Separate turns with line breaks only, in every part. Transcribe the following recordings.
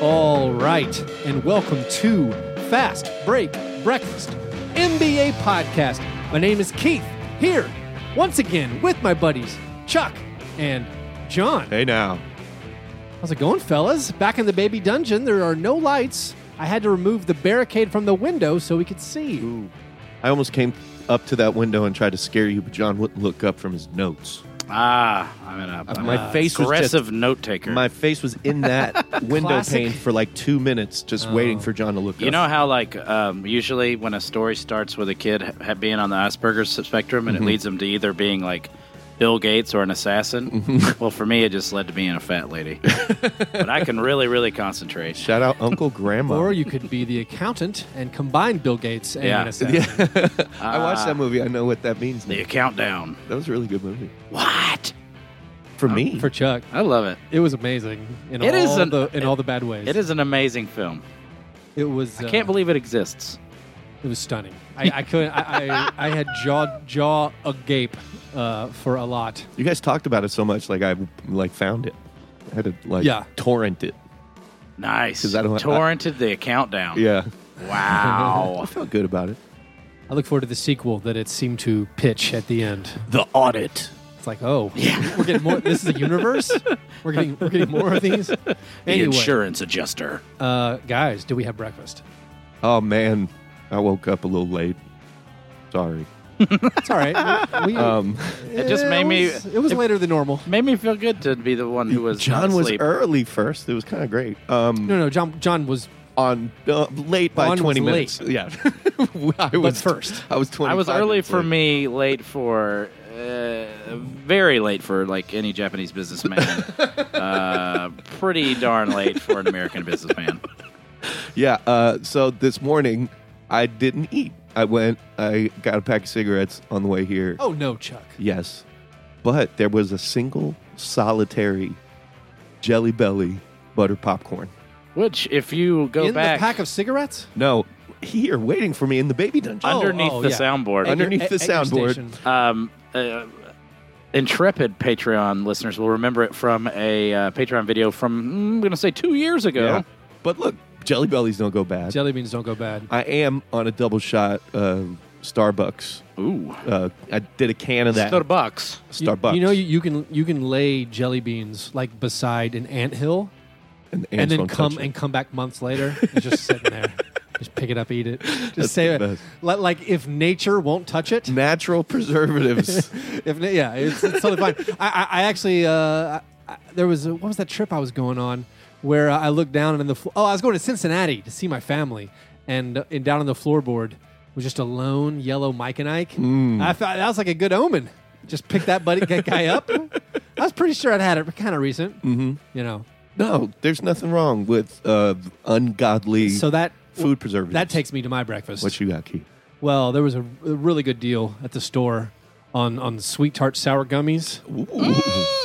All right, and welcome to Fast Break Breakfast NBA Podcast. My name is Keith, here once again with my buddies Chuck and John.
Hey now.
How's it going, fellas? Back in the baby dungeon, there are no lights. I had to remove the barricade from the window so we could see.
I almost came up to that window and tried to scare you, but John wouldn't look up from his notes.
Ah, I'm an I'm
Uh, My
a
face was just-
aggressive note taker.
My face was in that window
Classic.
pane for like two minutes, just waiting for John to look
you
up.
know how like um, usually when a story starts with a kid ha- ha- being on the Asperger's spectrum
Mm-hmm.
and it leads them to either being like Bill Gates or an assassin.
Mm-hmm.
Well, for me, it just led to being a fat lady. but I can really, really concentrate.
Shout out Uncle Grandma.
Or you could be the accountant and combine Bill Gates and
Yeah.
an assassin.
yeah. I watched
Ah.
that movie. I know what that means. now.
The countdown.
That was a really good movie.
What?
For
Uh,
me.
For Chuck,
I love it.
it was amazing in
It
all
is an-
the in all the bad ways.
It is an amazing film.
It was.
I
uh,
can't believe it exists.
It was stunning. I, I couldn't. I, I, I had jaw jaw agape uh, for a lot.
you guys talked about it so much, like I like found it. I had to like
Yeah.
torrent it.
Nice.
'Cause I don't- I-
Torrented the countdown.
Yeah. I
Wow.
felt good about it.
I look forward to the sequel that it seemed to pitch at the end.
the audit.
It's like, oh, we're getting more. This is a universe. We're getting we're getting more of these.
The
Anyway,
insurance adjuster.
uh, guys, do we have breakfast?
Oh man. I woke up a little late. Sorry.
It's all right. We,
Um
It just made me-
was- It was later than normal.
Made me feel good to be the one who was
John
not
was
asleep.
early first. It was kind of great. Um,
No, no, John. John was
on uh, late by
Juan was
20
late.
minutes. Yeah. I was
first.
I was 20.
I was early for me, late for, uh, very late for like any Japanese businessman. uh, pretty darn late for an American businessman.
Yeah. Uh, so this morning, I didn't eat. I went, I got a pack of cigarettes on the way here.
oh no, Chuck.
Yes. But there was a single solitary Jelly Belly butter popcorn.
Which, if you go
In
back
the pack of cigarettes.
No, here waiting for me in the baby dungeon.
Oh,
underneath
oh,
the
yeah.
soundboard,
Under- Underneath
At your-
the
at your
soundboard.
station.
um, uh, intrepid Patreon listeners will remember it from a uh, Patreon video from mm, I'm going to say two years ago.
Yeah. But look, Jelly Bellies don't go bad.
Jelly beans don't go bad.
I am on a double shot uh, Starbucks.
Ooh,
Uh, I did a can of that.
Starbucks.
You-
Starbucks.
You, know, you, you can you can lay jelly beans like beside an anthill
and,
and then
Antoine
come
touched it.
and come back months later and just sitting there. Just pick it up, eat it. Just say
the
it.
best.
Li- Like if nature won't touch it,
natural preservatives.
if na- yeah, it's, it's totally fine. I, I, I actually uh, I, I, there was a, what was that trip I was going on where uh, I looked down and the flo- oh I was going to Cincinnati to see my family and uh, and down on the floorboard was just a lone yellow Mike and Ike. I thought that was like a good omen. Just pick that buddy that guy up. I was pretty sure I'd had it kind of recent. Mm-hmm. You know,
no, there's nothing wrong with uh, ungodly
so that
food preservatives.
that takes me to my breakfast.
what you got, Keith?
well, there was a, a really good deal at the store. On, on sweet tart sour gummies.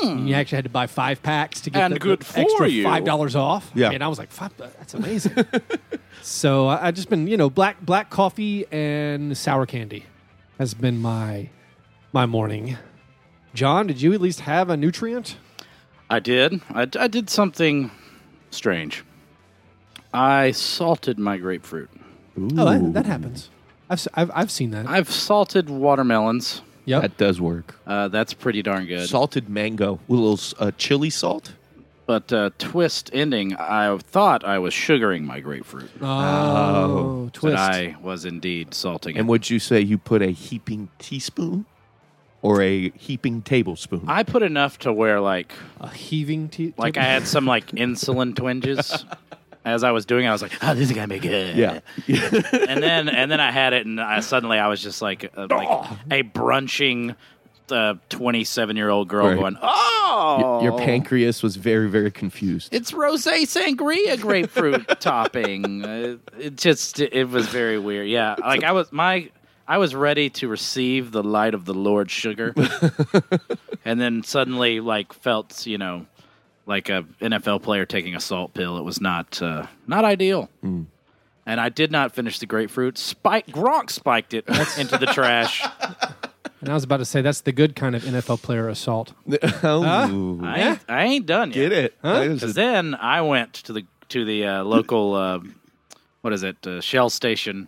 And you actually had to buy five packs to get
And
the,
good
the
for
extra
you.
five dollars off.
Yeah.
and I was like, five, that's amazing. so I, I just been you know black black coffee and sour candy has been my my morning. John, did you at least have a nutrient?
I did. I, I did something strange. I salted my grapefruit.
Oh, that, that happens. I've, s- I've I've seen that.
I've salted watermelons.
Yep.
That does work.
Uh, that's pretty darn good.
Salted mango, with a little uh, chili salt.
but uh, twist ending, I thought I was sugaring my grapefruit,
oh,
but
twist.
I was indeed salting it.
And would you say you put a heaping teaspoon or a heaping tablespoon?
I put enough to where like
a heaving tea.
like I had some like insulin twinges. As I was doing, it, I was like, "Oh, this is gonna be good."
yeah,
and then and then I had it, and I suddenly I was just like a, like a brunching twenty-seven year old girl
Right.
going, "Oh,
your pancreas was very, very confused.
It's rosé sangria grapefruit topping. Uh, It just it was very weird. Yeah, like I was my I was ready to receive the light of the Lord sugar, and then suddenly like felt you know like a NFL player taking a salt pill. It was not uh, not ideal.
Mm.
And I did not finish the grapefruit. Spike Gronk spiked it into the trash.
and I was about to say that's the good kind of NFL player assault.
oh,
I ain't, I ain't done yet.
get it? That is
Because
a-
then I went to the to the uh, local, uh, what is it, uh, Shell station.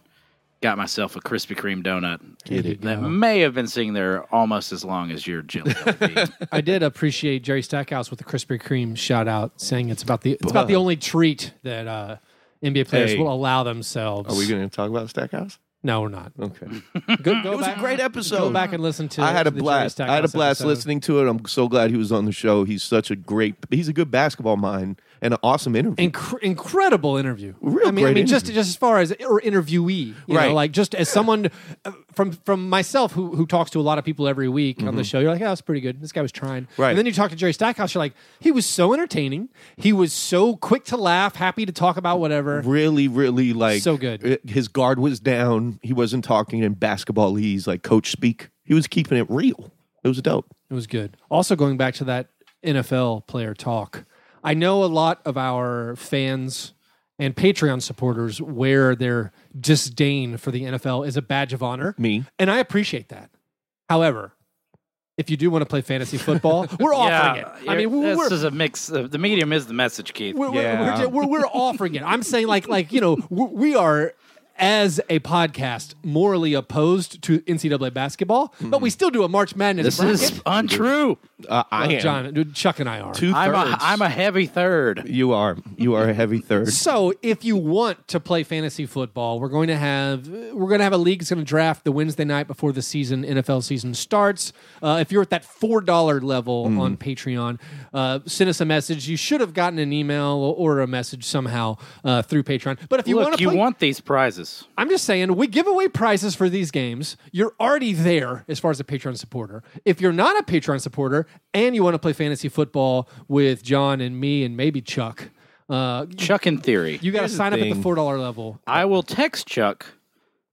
Got myself a Krispy Kreme donut
Get it.
that may have been sitting there almost as long as your jelly. would be.
I did appreciate Jerry Stackhouse with the Krispy Kreme shout out, saying it's about the it's about the only treat that uh, NBA players
Hey.
will allow themselves.
Are we going to talk about Stackhouse?
no, we're not.
Okay.
Go, go
It was
back-
a great episode.
Go back and listen to.
I had a
the Jerry
blast. I had a
Stackhouse
blast
episode.
listening to it. I'm so glad he was on the show. He's such a great. He's a good basketball mind and an awesome interview.
Inc- incredible interview.
Real
I mean, I
great
mean, just just as far as or interviewee, you
Right.
Know, like just as someone uh, from from myself who who talks to a lot of people every week on the show, you're like, yeah, that's pretty good. This guy was trying.
Mm-hmm. Right.
And then you talk to Jerry Stackhouse, you're like, he was so entertaining. He was so quick to laugh, happy to talk about whatever.
really, really like
So good.
it- his guard was down. He wasn't talking in basketball. He's like coach speak. He was keeping it real. It was dope.
It was good. Also, going back to that NFL player talk, I know a lot of our fans and Patreon supporters wear their disdain for the NFL as a badge of honor.
Me.
And I appreciate that. However, if you do want to play fantasy football, we're offering it. I
you're-
mean, we're,
this
we're,
is a mix. Of, the medium is the message, Keith.
we're, we're-
Yeah.
we're, we're, we're offering it. I'm saying, like, like you know, we we are, as a podcast, morally opposed to NCAA basketball, but we still do a March Madness
Hmm. this
bracket.
is untrue.
Uh, I am
John, dude, Chuck and I are.
two
I'm a,
thirds.
I'm a heavy third.
You are. You are a heavy third.
So, if you want to play fantasy football, we're going to have we're going to have a league that's going to draft the Wednesday night before the season NFL season starts. Uh, if you're at that four dollar level
Mm.
on Patreon, uh, send us a message. You should have gotten an email or a message somehow uh, through Patreon. But if you want
Look,
to
you
play,
want these prizes.
I'm just saying we give away prizes for these games. You're already there as far as a Patreon supporter. If you're not a Patreon supporter and you want to play fantasy football with John and me and maybe Chuck. Uh,
Chuck, in theory,
you got to
Here's the
sign up at the
thing.
four dollar level.
I will text Chuck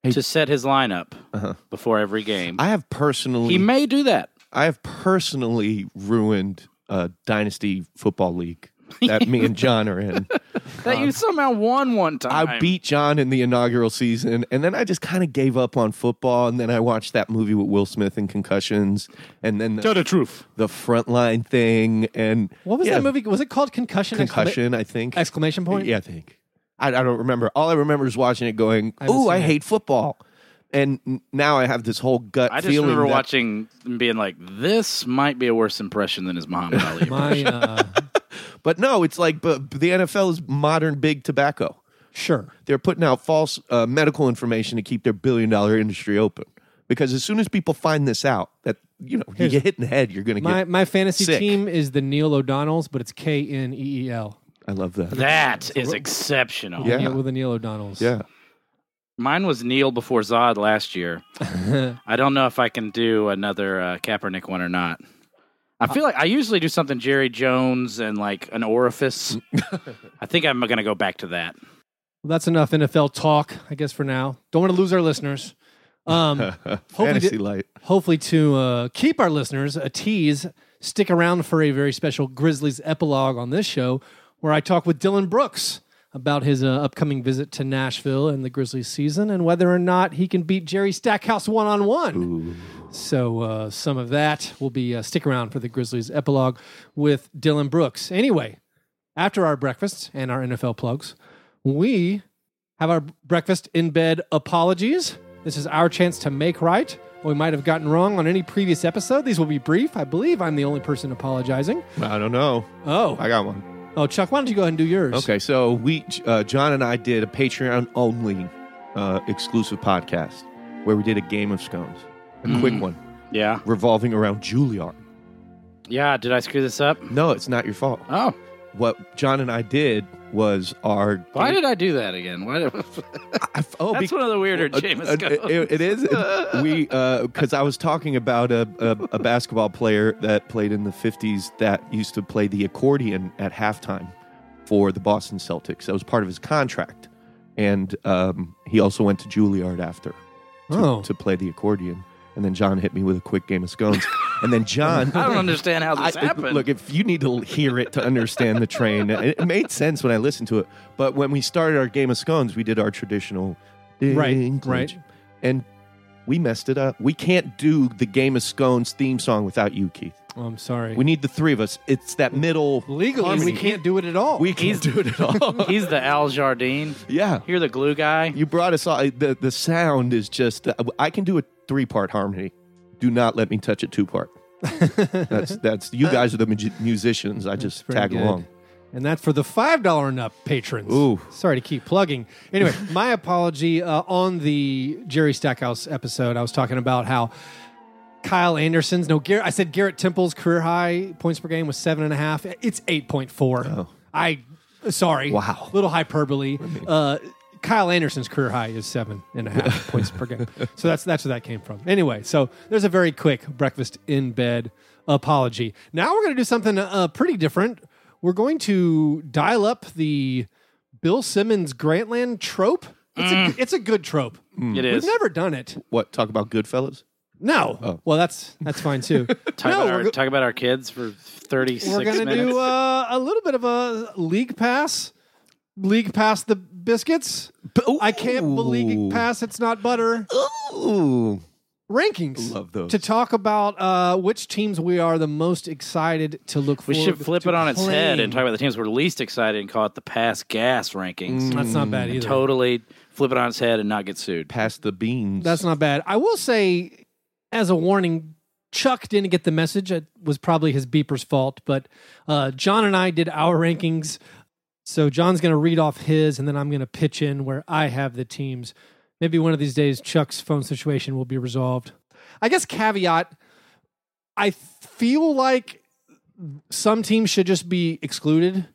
to set his lineup
Uh-huh.
before every game.
I have personally.
he may do that.
I have personally ruined a dynasty football league that me and John are in.
Um,
That you somehow won one time.
I beat John in the inaugural season, and then I just kind of gave up on football. And then I watched that movie with Will Smith and concussions, and then the,
the truth.
the frontline thing. And
What was
yeah,
that movie? Was it called Concussion? Excla-
Concussion, I think.
exclamation point.
Yeah, I think. I, I don't remember. All I remember is watching it, going,
haven't
"Ooh, I
seen it."
hate football," and n- now I have this whole gut
I just
feeling.
remember
that-
watching and being like, "This might be a worse impression than his Muhammad Ali."
My uh,
But no, it's like, but the NFL is modern big tobacco.
sure.
they're putting out false uh, medical information to keep their billion dollar industry open. Because as soon as people find this out, that you know, you get hit in the head, you're going to
My
get.
my fantasy
Sick.
team is the Neil O'Donnells, but it's K N E E L.
I love that.
That is exceptional.
Yeah.
Neil- with the Neil O'Donnells.
Yeah,
Mine was Neil before Zod last year. I don't know if I can do another uh, Kaepernick one or not. I feel like I usually do something Jerry Jones and like an orifice. I think I'm going to go back to that.
Well, that's enough NFL talk, I guess, for now. Don't want to lose our listeners. Um,
fantasy
di-
light.
hopefully to uh, keep our listeners a tease, stick around for a very special Grizzlies epilogue on this show, where I talk with Dylan Brooks about his uh, upcoming visit to Nashville and the Grizzlies season, and whether or not he can beat Jerry Stackhouse one on one. So uh, some of that will be uh, stick around for the Grizzlies epilogue with Dylan Brooks. Anyway, after our breakfast and our NFL plugs, we have our breakfast in bed apologies. This is our chance to make right what we might have gotten wrong on any previous episode. These will be brief. I believe I'm the only person apologizing.
I don't know.
Oh,
I got one.
oh, Chuck, why don't you go ahead and do yours?
Okay, so we, uh, John and I, did a Patreon only uh, exclusive podcast where we did a game of scones, a quick one
Yeah.
revolving around Juilliard.
Yeah. Did I screw this up?
No, it's not your fault.
Oh,
What John and I did was our.
why did I do that again? Why did,
I, oh,
that's
be-
one of the weirder
Uh,
James
uh,
Gunn.
it- it is It- we because I was talking about a, a, a basketball player that played in the fifties that used to play the accordion at halftime for the Boston Celtics. That was part of his contract, and um, he also went to Juilliard after to,
Oh.
to play the accordion. And then John hit me with a quick game of scones, and then John.
I don't understand how this
uh, I-
happened.
Look, if you need to hear it to understand the train, it, it made sense when I listened to it. But when we started our game of scones, we did our traditional, ding,
Right,
ding,
right.
and we messed it up. We can't do the game of scones theme song without you, Keith.
Oh, I'm sorry.
We need the three of us. It's that middle.
Legally,
harmony.
we can't do it at all.
We can't do it at all.
He's the Al Jardine.
yeah.
You're the glue guy.
You brought us all. The, the sound is just. uh, I can do a three part harmony. Do not let me touch a two part. that's that's you guys are the mu- musicians. I just
Pretty
tag
good.
along.
And that's for the five dollar and up patrons.
Ooh.
sorry to keep plugging. Anyway, my apology uh, on the Jerry Stackhouse episode. I was talking about how Kyle Anderson's no, Garrett, I said Garrett Temple's career high points per game was seven and a half. It's eight point four. I sorry.
Wow.
little hyperbole. Uh, Kyle Anderson's career high is seven and a half points per game. So that's that's where that came from. Anyway, so there's a very quick breakfast in bed apology. Now we're going to do something uh, pretty different. We're going to dial up the Bill Simmons Grantland trope. It's, a, it's a good trope.
It
We've
is.
never done it.
What talk about Goodfellas?
No.
Oh.
Well, that's that's fine too.
talk, about
we're
our,
go-
talk about our kids for 36
we're gonna
minutes.
do uh, a little bit of a league pass. League pass the biscuits. I can't believe pass it's not butter.
Ooh.
Rankings.
Love those.
To talk about uh, which teams we are the most excited to look for.
we should flip it on its head and talk about the teams we're least excited and call it the pass gas rankings.
Mm. That's not bad
Mm,
either.
Totally flip it on its head and not get sued.
Pass the beans.
That's not bad. I will say, as a warning, Chuck didn't get the message. It was probably his beeper's fault, but uh, John and I did our rankings. So John's going to read off his, and then I'm going to pitch in where I have the teams. Maybe one of these days, Chuck's phone situation will be resolved. I guess, caveat I feel like some teams should just be excluded.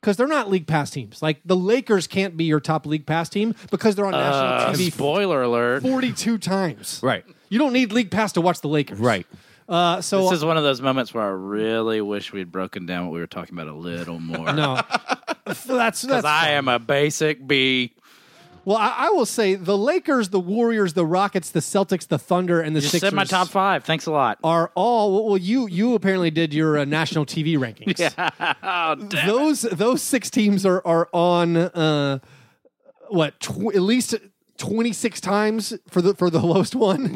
Because they're not league pass teams. Like the Lakers can't be your top league pass team because they're on
Uh,
national TV
spoiler alert.
42 times.
right.
You don't need league pass to watch the Lakers.
Right.
Uh, so
This is one of those moments where I really wish we'd broken down what we were talking about a little more.
uh, no. that's
Because
that's
I am a basic B.
well. I, I will say the Lakers, the Warriors, the Rockets, the Celtics, the Thunder, and the
Just
Sixers
said my top five. Thanks a lot.
are all. Well, you you apparently did your uh, national TV rankings. those those six teams are are on uh, what tw- at least twenty six times for the for the lowest one.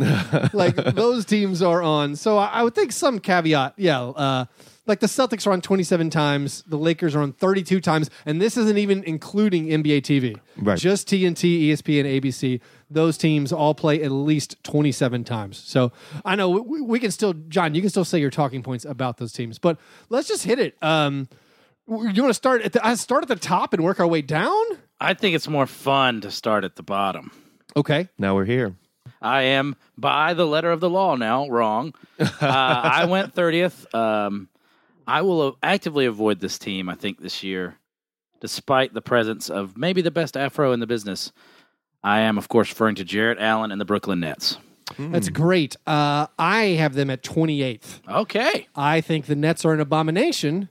like those teams are on. So I, I would think some caveat. Yeah, uh, like the Celtics are on twenty seven times. The Lakers are on thirty two times, and this isn't even including NBA TV.
Right.
Just TNT, ESPN, ABC. Those teams all play at least twenty seven times. So I know we, we can still, John. You can still say your talking points about those teams, but let's just hit it. Um, w- you want to start at the, I start at the top and work our way down?
I think it's more fun to start at the bottom.
Okay.
Now we're here.
I am by the letter of the law now wrong. Uh, I went thirtieth. Um, I will actively avoid this team. I think this year, despite the presence of maybe the best afro in the business, I am of course referring to Jarrett Allen and the Brooklyn Nets.
That's great. Uh, I have them at 28th.
Okay,
I think the Nets are an abomination.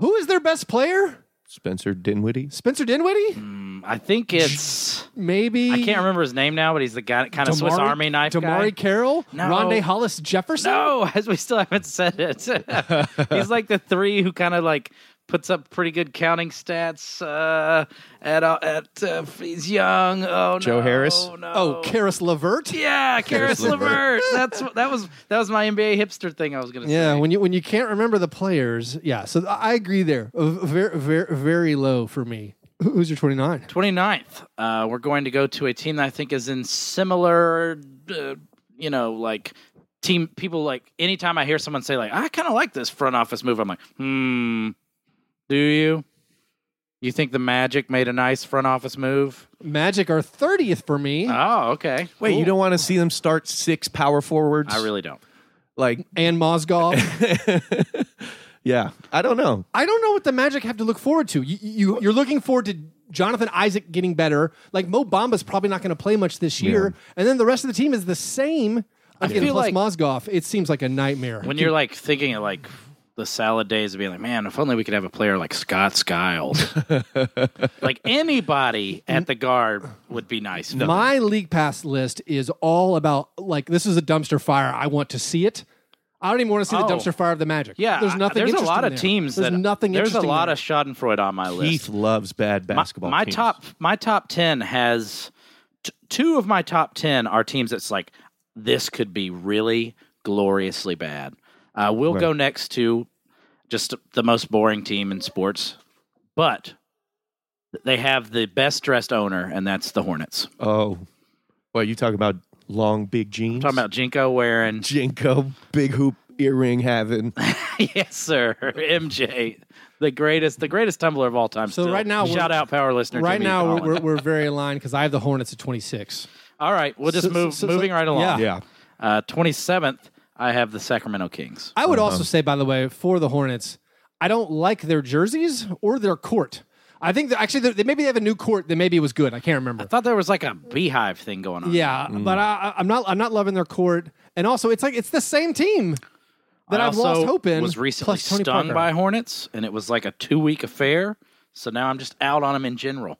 Who is their best player?
Spencer Dinwiddie.
Spencer Dinwiddie?
Mm, I think it's.
Maybe.
I can't remember his name now, but he's the guy, kind of Swiss
Damari-
Army knife guy.
Damari Carroll?
No.
Rondé Hollis Jefferson?
No, as we still haven't said it. He's like the three who kind of like puts up pretty good counting stats. Uh, at all- at uh, he's young. Oh
Joe
no,
Harris?
No.
Oh, Karis LeVert?
yeah, Karis
Karis LeVert.
LeVert. That's what- that was that was my NBA hipster thing I was gonna
Yeah,
say.
when you when you can't remember the players, yeah. So th- I agree there. Very very very low for me. Who- Who's your 29?
29th, uh, we're going to go to a team that I think is in similar, uh, you know, like team people like anytime I hear someone say like I kind of like this front office move, I'm like, hmm, do you? You think the Magic made a nice front office move?
Magic are 30th for me.
Oh, okay.
Wait, you don't want to see them start six power forwards?
I really don't.
like.
and Mozgov.
Yeah, I don't know.
I don't know what the Magic have to look forward to. You, you you're looking forward to Jonathan Isaac getting better. Like Mo Bamba's probably not going to play much this year, and then the rest of the team is the same. Again,
feel
plus
like-
Mozgov, it seems like a nightmare.
When you're like thinking of like the salad days of being like, man, if only we could have a player like Scott Skiles, like anybody at the guard would be nice. No.
My league pass list is all about like this is a dumpster fire. I want to see it. I don't even want to see the
Oh.
dumpster fire of the Magic.
Yeah,
there's
I-
nothing.
There's a
interesting
lot of
there.
teams
There's
that
nothing.
There's
interesting
a lot
there.
of Schadenfreude on my list.
Heath loves bad
My-
basketball.
my
teams.
top my top ten has t- two of my top ten are teams that's like this could be really gloriously bad. Uh, we'll
Right.
go next to just the most boring team in sports, but they have the best dressed owner, and that's the Hornets.
Oh, well, you talk about long big jeans.
talking about Jinko wearing,
Jinko big hoop earring having.
yes, sir, MJ, the greatest, the greatest tumbler of all time.
So
still.
right now we're-
shout out power listener.
Right
Jimmy
now, we're,
Fallon.
we're, we're very aligned because I have the Hornets at 26.
all right. We'll just
So-
move
so- so-
moving right along.
Yeah,
Uh, 27th, I have the Sacramento Kings.
I would also say, by the way, for the Hornets, I don't like their jerseys or their court. I think that actually, they- they, maybe they have a new court that maybe was good. I can't remember.
I thought there was like a beehive thing going on.
Yeah, but I, I- I'm not. I'm not loving their court, and also it's like it's the same team that
I
have lost
also
hope in.
Was recently
plus Tony
stung
Parker.
by Hornets, and it was like a two week affair. So now I'm just out on them in general.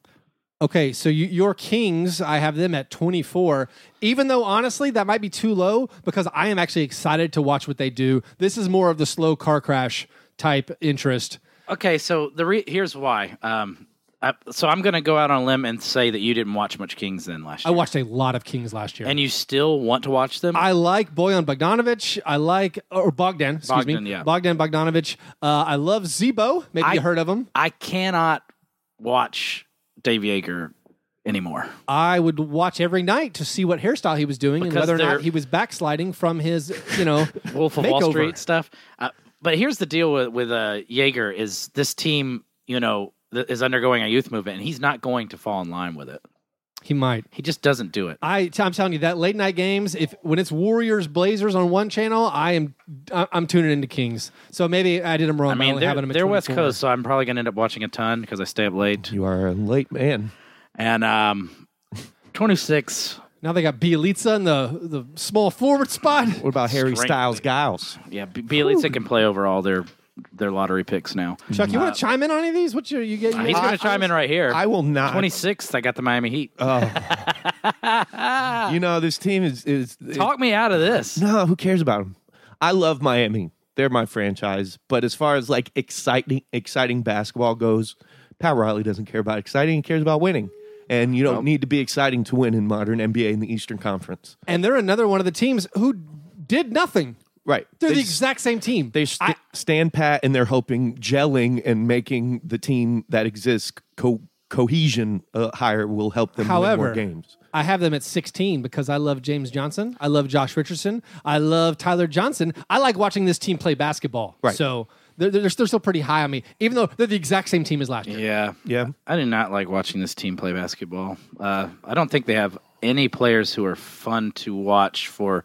Okay, so you, your Kings, I have them at 24. Even though honestly that might be too low because I am actually excited to watch what they do. This is more of the slow car crash type interest.
Okay, so the re- here's why. Um, I, so I'm going to go out on a limb and say that you didn't watch much Kings then last
I
year,
watched a lot of Kings last year.
and you still want to watch them.
I like Boyan Bogdanovich. I like or Bogdan, excuse
Bogdan,
me,
yeah.
Bogdan Bogdanovich. Uh, I love Zebo. Maybe
I-
you heard of him.
I cannot watch Dave Yeager anymore.
I would watch every night to see what hairstyle he was doing and
Because
whether or
they're-
not he was backsliding from his, you know,
Wolf of
makeover.
Wall Street stuff. Uh, but here's the deal with with uh, Jaeger is this team, you know, th- is undergoing a youth movement, and he's not going to fall in line with it.
He might.
He just doesn't do it.
I, I'm telling you that late night games. If when it's Warriors Blazers on one channel, I am I- I'm tuning into Kings. So maybe I did him wrong.
I
by
mean,
only
they're,
having him at
they're West
24.
Coast, so I'm probably going to end up watching a ton because I stay up late.
you are a late man.
And um, 26,
Now they got Bielitsa in the the small forward spot.
What about Harry
Strength.
Styles Giles?
yeah, B- Bielitsa can play over all their their lottery picks now.
Chuck, you want to chime in on any of these? What you you get?
He's going to chime in right here.
I will not. Uh,
26th, I got the Miami Heat.
You know this team is is
Talk me out of this.
No, who cares about them? I love Miami. They're my franchise. But as far as like exciting, exciting basketball goes, Pat Riley doesn't care about exciting. He cares about winning. And you don't need to be exciting to win in modern NBA in the Eastern Conference.
and they're another one of the teams who did nothing.
Right.
They're the
They s-
exact same team.
they st- stand pat and they're hoping gelling and making the team that exists co- cohesion uh, higher will help them
However,
win more games.
I have them at 16 because I love James Johnson. I love Josh Richardson. I love Tyler Johnson. I like watching this team play basketball.
Right.
So they're, they're, they're still pretty high on me, even though they're the exact same team as last year.
Yeah.
Yeah.
I do not like watching this team play basketball. Uh, I don't think they have any players who are fun to watch for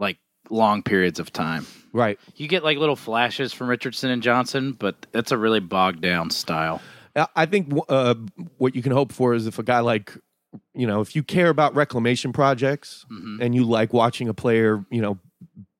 like long periods of time.
Right.
You get like little flashes from Richardson and Johnson, but it's a really bogged down style.
I I think uh, what you can hope for is if a guy like, you know, if you care about reclamation projects and you like watching a player, you know,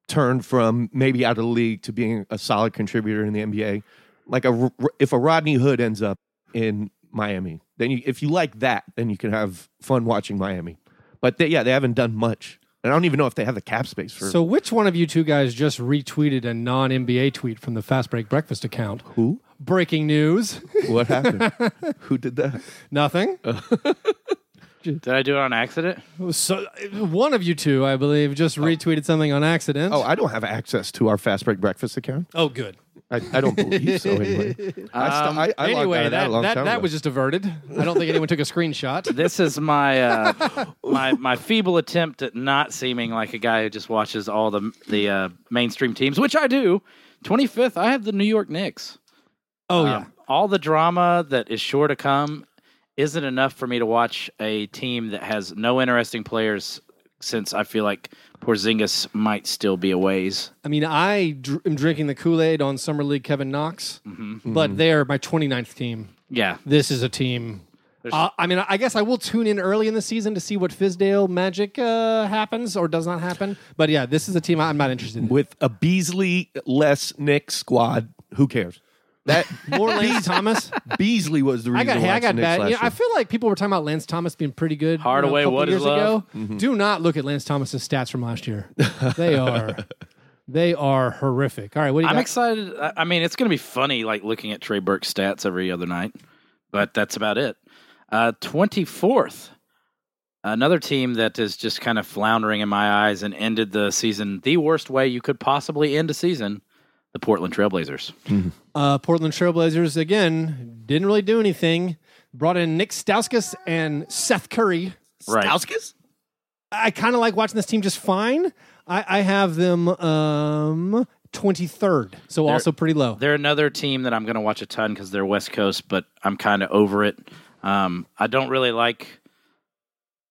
turn from maybe out of the league to being a solid contributor in the NBA, like a R- if a Rodney Hood ends up in Miami, then you, if you like that, then you can have fun watching Miami. But they, yeah, they haven't done much, and I don't even know if they have the cap space for
So which one of you two guys just retweeted a non NBA tweet from the Fast Break Breakfast account?
who.
Breaking news.
What happened? who did that?
Nothing.
Uh.
Did I do it on accident?
So one of you two, I believe, just retweeted something on accident.
Oh, I don't have access to our fast break breakfast account.
oh good.
I, I don't believe so. Anyway, I, st- I, I logged out
Um, anyway,
of that, a
that,
long
that,
time
that
ago.
was just averted. I don't think anyone took a screenshot.
This is my uh, my my feeble attempt at not seeming like a guy who just watches all the the uh, mainstream teams, which I do. Twenty fifth, I have the New York Knicks.
Oh, yeah.
Um, all the drama that is sure to come isn't enough for me to watch a team that has no interesting players since I feel like Porzingis might still be a ways.
I mean, I dr- am drinking the Kool Aid on Summer League Kevin Knox,
Mm-hmm.
but they're my 29th team.
Yeah.
This is a team. Uh, I mean, I guess I will tune in early in the season to see what Fizdale magic uh, happens or does not happen. But yeah, this is a team I'm not interested in.
with a Beasley less Nick squad. Who cares? That
More Lance Thomas.
Beasley was the
I
reason.
got, hey,
why
I got
Knicks
bad.
last
You know, I
year.
feel like people were talking about Lance Thomas being pretty good. you know,
Hardaway,
a couple
what is
years
love? Mm-hmm.
ago. Do not look at Lance Thomas's stats from last year. They are, they are horrific. All right, what do you
I'm
got?
excited. I I mean, it's going to be funny, like looking at Trey Burke's stats every other night, but that's about it. Uh, 24th, Another team that is just kind of floundering in my eyes and ended the season the worst way you could possibly end a season, the Portland Trailblazers.
Uh, Portland Trailblazers again didn't really do anything. Brought in Nick Stauskas and Seth Curry.
Right.
Stauskas?
I kind of like watching this team just fine. I, I have them um, 23rd, so also pretty low.
They're another team that I'm going to watch a ton because they're West Coast, but I'm kind of over it. Um, I don't really like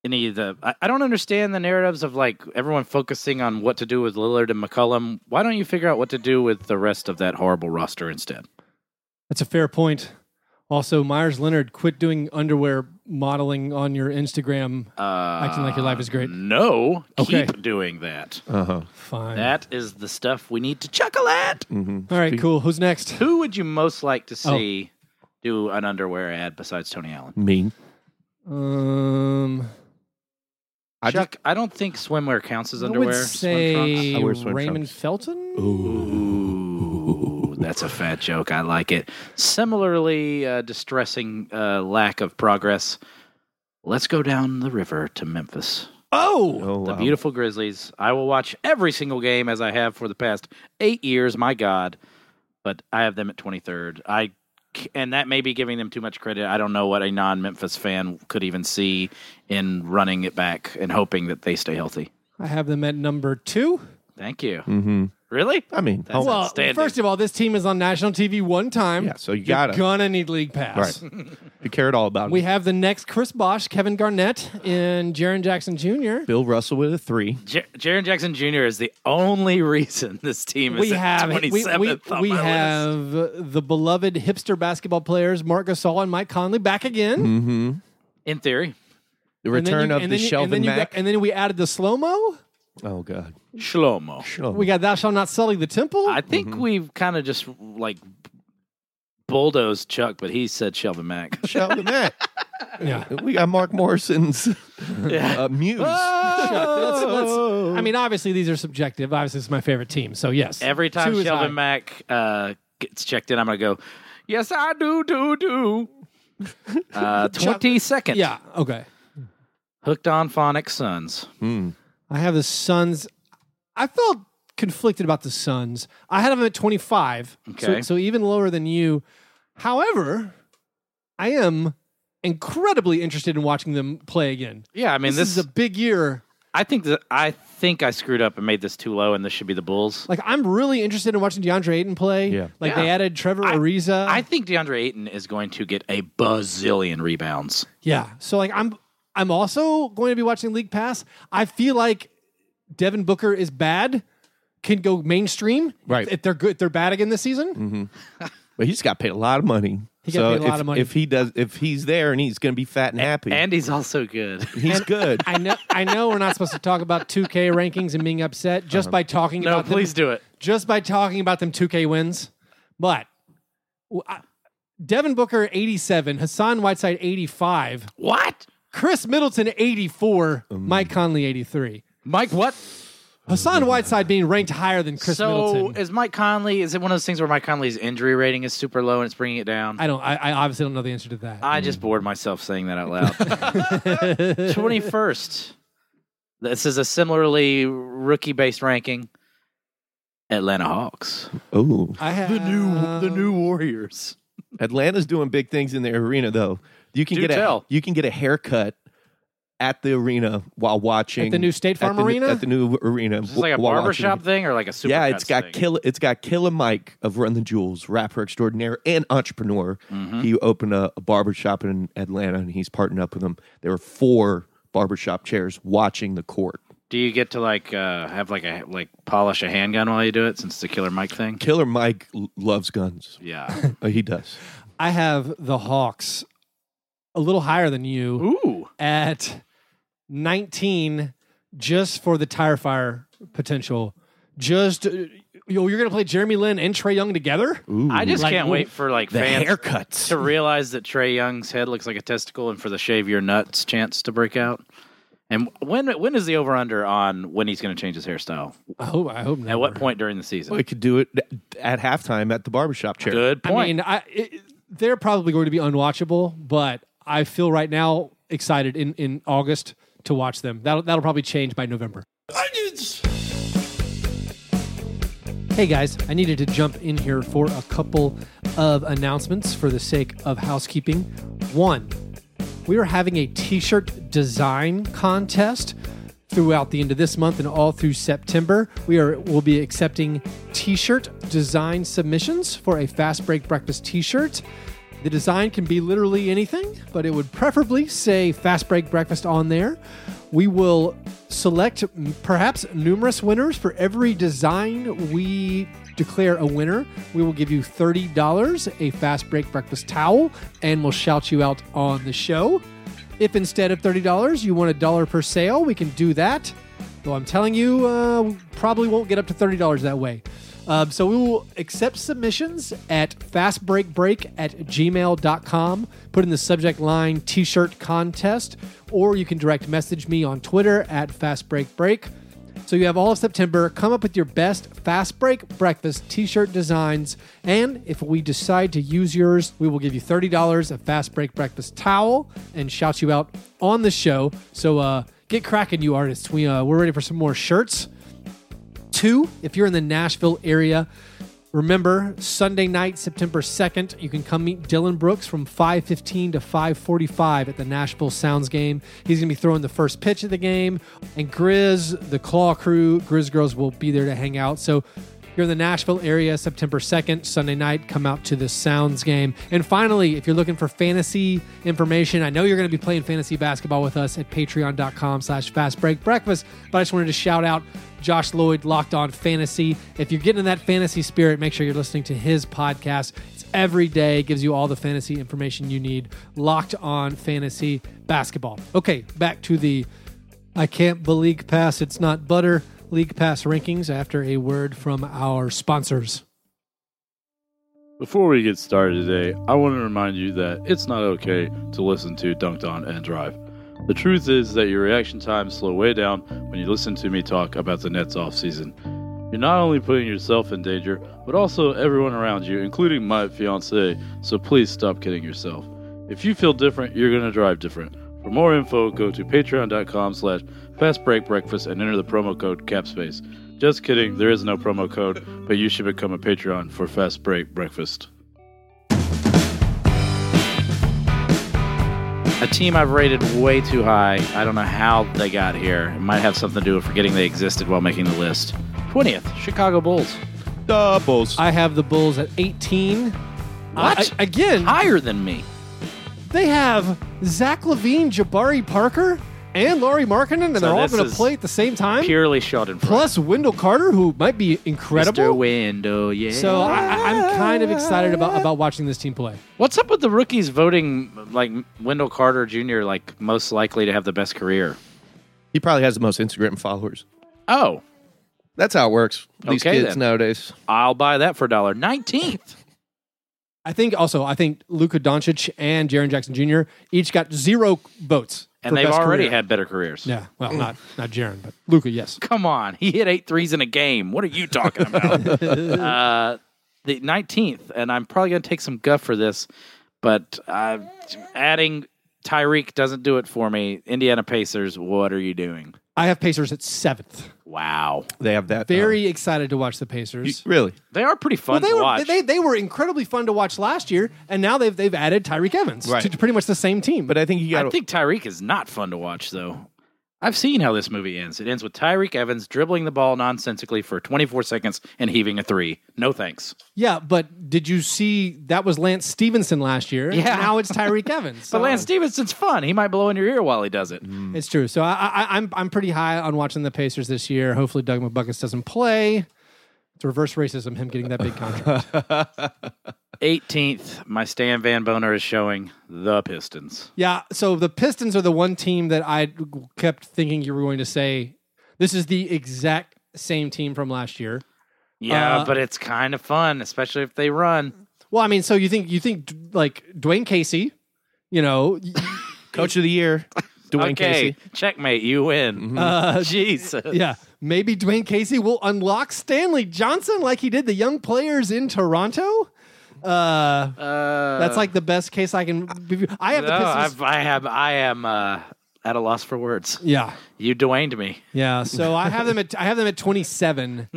any of the. I, I don't understand the narratives of like everyone focusing on what to do with Lillard and McCollum. Why don't you figure out what to do with the rest of that horrible roster instead?
That's a fair point. Also, Myers Leonard quit doing underwear modeling on your Instagram.
Uh,
Acting like your life is great.
No,
Okay.
keep doing that.
Uh huh.
Fine.
That is the stuff we need to chuckle at.
Mm-hmm.
All right, cool. Who's next?
Who would you most like to
Oh.
see do an underwear ad besides Tony Allen?
Me.
Um,
I
Chuck, I don't think swimwear counts as
I
underwear.
would say
Swim
I wear swim
Raymond
trunks.
Felton.
trunks. Ooh, that's a fat joke. I like it. Similarly, uh, distressing uh, lack of progress. Let's go down the river to Memphis.
Oh,
Oh,
The
wow.
beautiful Grizzlies. I will watch every single game as I have for the past eight years. My God, but I have them at twenty third. I c- and that may be giving them too much credit. I don't know what a non Memphis fan could even see in running it back and hoping that they stay healthy.
I have them at number two.
Thank you.
Mhm.
Really?
I mean,
That's
oh,
Well,
outstanding.
first of all, this team is on national TV one time.
yeah. So you
You're
gotta
gonna need league pass.
right. you cared all about it.
We have the next Chris Bosch, Kevin Garnett, and Jaron Jackson Jr.
Bill Russell with a three.
J- Jaron Jackson Jr. is the only reason this team is
We
at
have we,
27th
we,
on
we
my list.
have the beloved hipster basketball players Mark Gasol and Mike Conley back again.
Mm-hmm.
in theory
The
And then
return
you-
of
and
the
then you- and
Shelvin
then you
Mack.
got- and then we added the slow mo.
oh God.
Shlomo.
We got thou shalt not sully the temple.
I think we've kind of just like bulldozed Chuck, but he said Shelvin Mack.
Shelvin Mack.
yeah.
We got Mark Morrison's
Yeah.
uh, muse.
Ah! Let's- let's- I mean, obviously these are subjective. Obviously, it's my favorite team. So yes,
Every time
Two is high.
Shelvin Mack uh, gets checked in, I'm gonna go. Yes, I do, do, do. Uh, Twenty seconds.
yeah, okay.
Hooked on Phonic Sons.
Hmm.
I have the Suns. I felt conflicted about the Suns. I had them at 25. So,
Okay.
so even lower than you. However, I am incredibly interested in watching them play again.
Yeah, I mean
this,
this.
is a big year.
I think that I think I screwed up and made this too low, and this should be the Bulls.
Like I'm really interested in watching DeAndre Ayton play.
Yeah.
Like
Yeah.
they added Trevor
I-
Ariza.
I think DeAndre Ayton is going to get a bazillion rebounds.
yeah. So like I'm I'm also going to be watching League Pass. I feel like Devin Booker is bad. Can go mainstream.
Right.
If they're good, if they're bad again this season.
But he's got paid a lot of money.
He got
so
paid a lot
if,
of money.
If he does, if he's there and he's going to be fat and happy,
And he's also good.
he's good.
I know. I know we're not supposed to talk about 2K rankings and being upset just by talking
no,
about
please
them,
do it.
just by talking about them 2K wins. But w- I- Devin Booker 87, Hassan Whiteside 85,
What?
Chris Middleton 84, Mike Conley 83.
Mike, what?
Hassan Whiteside being ranked higher than Chris
so
Middleton.
is Mike Conley? Is it one of those things where Mike Conley's injury rating is super low and it's bringing it down?
I don't. I, I obviously don't know the answer to that.
I just bored myself saying that out loud. Twenty first. This is a similarly rookie based ranking. Atlanta Hawks.
oh,
I have
Warriors.
Atlanta's doing big things in their arena, though. You can
Do
get
tell.
a you can get a haircut at the arena while watching
At the new State
at
Farm
the new-
arena?
At the new arena,
Is this like a
while watching-
barbershop thing or like a super?
Yeah, it's got
thing?
killer. It's got killer Mike of Run the Jewels, rapper extraordinaire and entrepreneur.
Mm-hmm.
He opened a, a barbershop in Atlanta, and he's partnered up with them. There were four barbershop chairs watching the court.
Do you get to like uh, have like a like polish a handgun while you do it since it's a killer Mike thing?
Killer Mike l- loves guns.
Yeah.
Uh, he does.
I have the Hawks a little higher than you.
Ooh.
at 19 just for the tire fire potential. Just uh, yo, you're gonna play Jeremy Lin and Trey Young together.
I just
Like,
can't
w-
wait for like
The
fans
haircuts.
to realize that Trey Young's head looks like a testicle, and for the shave your nuts chance to break out. And when when is the over under on when he's going to change his hairstyle?
I hope. I hope. Never.
At what point during the season?
we could do it at halftime at the barbershop chair.
Good
I
point.
mean, I it, they're probably going to be unwatchable, but I feel right now excited in in August to watch them. That'll that'll probably change by November. Hey guys, I needed to jump in here for a couple of announcements for the sake of housekeeping. One, we are having a t shirt design contest throughout the end of this month and all through September. We are will be accepting t shirt design submissions for a fast break breakfast t shirt. The design can be literally anything, but it would preferably say fast break breakfast on there. We will select m- perhaps numerous winners for every design we declare a winner. We will give you $30, a fast break breakfast towel, and we'll shout you out on the show. If instead of $30, you want a dollar per sale, we can do that. Though I'm telling you, uh, we probably won't get up to $30 that way. Um, so we will accept submissions at fastbreakbreak at gmail.com. Put in the subject line t shirt contest, or you can direct message me on Twitter at fastbreakbreak. So you have all of September. Come up with your best fast break breakfast t shirt designs. And if we decide to use yours, we will give you $30 a fast break breakfast towel and shout you out on the show. So uh, get cracking, you artists. We, uh, we're ready for some more shirts. Two, if you're in the Nashville area, remember Sunday night, September 2nd, you can come meet Dylan Brooks from 5:15 to 5:45 at the Nashville Sounds game. He's going to be throwing the first pitch of the game, and Grizz, the Claw crew, Grizz girls will be there to hang out. So you're in the Nashville area, September 2nd, Sunday night, come out to the Sounds game. And finally, if you're looking for fantasy information, I know you're going to be playing fantasy basketball with us at patreon.com slash fast break breakfast, but I just wanted to shout out Josh Lloyd, Locked On Fantasy. If you're getting in that fantasy spirit, make sure you're listening to his podcast. It's every day, gives you all the fantasy information you need. Locked On Fantasy Basketball. Okay, back to the I can't believe pass it's not butter league pass rankings after a word from our sponsors.
Before we get started today, I want to remind you that it's not okay to listen to Dunked On and Drive. The truth is that your reaction times slow way down when you listen to me talk about the Nets offseason. You're not only putting yourself in danger, but also everyone around you, including my fiance, so please stop kidding yourself. If you feel different, you're going to drive different. For more info, go to patreon.com slash fastbreakbreakfast and enter the promo code CAPSPACE. Just kidding, there is no promo code, but you should become a Patreon for Fast Break Breakfast.
A team I've rated way too high. I don't know how they got here. It might have something to do with forgetting they existed while making the list. 20th, Chicago Bulls.
Doubles.
I have the Bulls at 18.
What?
I- again,
Higher than me.
they have Zach Levine, Jabari Parker, and Laurie Markkinen, and
So
they're all
this
going to
is
play at the same time.
Purely shot in front.
Plus Wendell Carter, who might be
Mr.
incredible.
Window, yeah.
So I, I- I'm kind of excited about, about watching this team play.
What's up with the rookies voting like Wendell Carter Jr. like most likely to have the best career?
he probably has the most Instagram followers.
Oh,
That's how it works. These
Okay,
kids
then.
nowadays.
I'll buy that for a dollar. Nineteenth.
I think also I think Luka Doncic and Jaron Jackson Jr. each got zero votes,
And
for
they've
best
already
career.
had better careers.
Yeah, well, not not Jaron, but Luka. Yes,
Come on. He hit eight threes in a game. What are you talking about? uh, the 19th, and I'm probably going to take some guff for this, but uh, adding Tyreek doesn't do it for me. Indiana Pacers, what are you doing?
I have Pacers at seventh.
Wow.
They have that.
Very excited to watch the
um, you-
Pacers.
really?
They are pretty fun
they
to
were
watch.
they they were incredibly fun to watch last year, and now they've they've added Tyreek Evans
Right.
to pretty much the same team.
But uh, I think you got
I think Tyreek is not fun to watch, though. I've seen how this movie ends. It ends with Tyreek Evans dribbling the ball nonsensically for 24 seconds and heaving a three. No thanks.
yeah, but did you see that was Lance Stevenson last year?
Yeah.
now it's Tyreek Evans.
But
So- um,
Lance Stevenson's fun. He might blow in your ear while he does it.
It's true. So I, I, I'm I'm pretty high on watching the Pacers this year. Hopefully, Doug McBuckets doesn't play. It's reverse racism. Him getting that big contract.
18th, my Stan Van Boner is showing the Pistons.
yeah. So the Pistons are the one team that I kept thinking you were going to say. This is the exact same team from last year.
Yeah,
Uh,
but it's kind of fun, especially if they run.
Well, I mean, so you think you think like Dwayne Casey, you know,
coach of the year, Dwayne
okay,
Casey.
checkmate, you win.
uh,
Jesus.
yeah, maybe Dwayne Casey will unlock Stanley Johnson like he did the young players in Toronto. Uh,
Uh,
that's like the best case I can. I have
no,
the Pistons.
I've- I have. I am. Uh, at a loss for words.
Yeah,
You Dwayne'd me.
yeah. So I have them at I have them at twenty seven.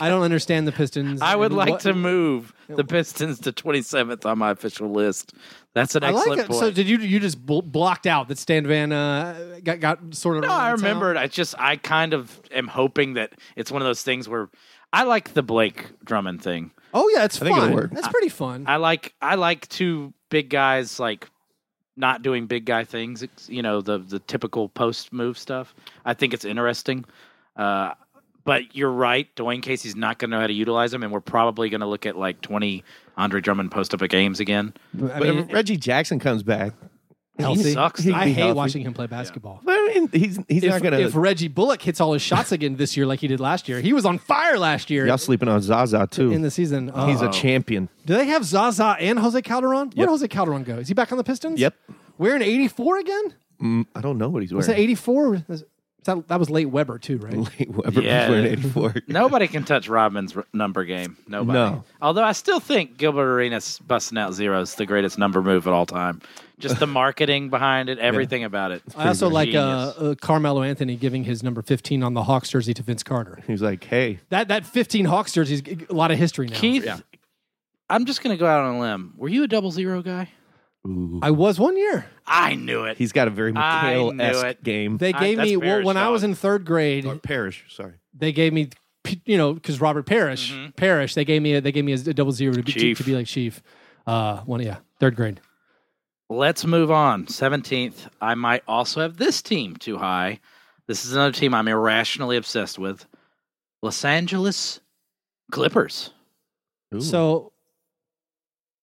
I don't understand the Pistons.
I would
and
like
what-
to move the Pistons to 27th on my official list. That's an
I
excellent
like it.
point.
So did you? You just bl- blocked out that Stan Van uh, got got sort of.
No, I remember it. I just I kind of am hoping that it's one of those things where I like the Blake Drummond thing.
Oh yeah, it's
I think it'll
fun.
work.
That's pretty fun.
I like I like two big guys like not doing big guy things. It's, You know the the typical post move stuff. I think it's interesting. Uh, but you're right, Dwayne Casey's not going to know how to utilize them, and we're probably going to look at like 20 Andre Drummond post up games again.
I
but
mean,
if Reggie Jackson comes back,
healthy.
sucks,
I
be
hate
healthy.
watching him play basketball.
Well, I mean, he's he's
If,
not gonna.
if Reggie Bullock hits all his shots again this year, like he did last year, he was on fire last year
y'all sleeping on Zaza too.
in the season. Oh.
he's a champion.
Do they have Zaza and Jose Calderon? Where would Jose Calderon go? Is he back on the Pistons?
Yep.
Wearing 84 again?
Mm, I don't know what he's
Was that
wearing.
84? Is that, that was late Weber, too, right?
Whoever
Yeah.
he's wearing eighty four.
Nobody can touch Rodman's r- number game. Nobody.
No.
Although I still think Gilbert Arenas busting out zeros the greatest number move at all time. Just the marketing behind it, everything about it.
I also like uh,
Genius.
uh, Carmelo Anthony giving his number 15 on the Hawks jersey to Vince Carter.
He's like, hey,
That that 15 Hawks jersey is a lot of history now.
Keith, I'm just going to go out on a limb. Were you a double zero guy?
I was one year.
I knew it.
he's got a very
I knew
Mikhail-esque
it.
game.
They
I-
gave
that's
me, well,
Parrish,
when I was
dog.
in third grade,
Or Parrish, sorry.
they gave me, p- you know, because Robert Parrish, Parrish, they gave me a, they gave me a, double zero to be, to,
Mm-hmm. Chief.
to be like chief. Uh, one, yeah, third grade.
Let's move on. 17th. I might also have this team too high. This is another team I'm irrationally obsessed with. Los Angeles Clippers.
Ooh.
So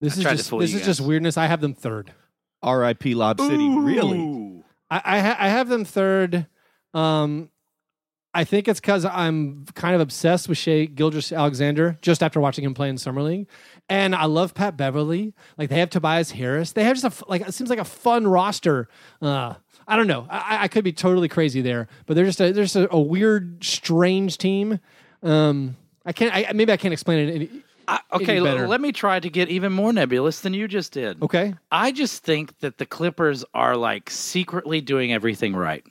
this
I
is
tried to
just
fool
this
you
is just
guys.
weirdness. I have them third.
R.I.P. Lob City. Really?
Ooh.
I I, ha- I have them third. Um, I think it's because I'm kind of obsessed with Shea Gildress Alexander just after watching him play in summer league, and I love Pat Beverly. Like they have Tobias Harris. They have just a f- like it seems like a fun roster. Uh, I don't know. I, I could be totally crazy there, but they're just a, they're just a, a weird, strange team. Um, I can't. I, maybe I can't explain it. Any,
I, okay, l-
better.
let me try to get even more nebulous than you just did.
okay.
I just think that the Clippers are like secretly doing everything right.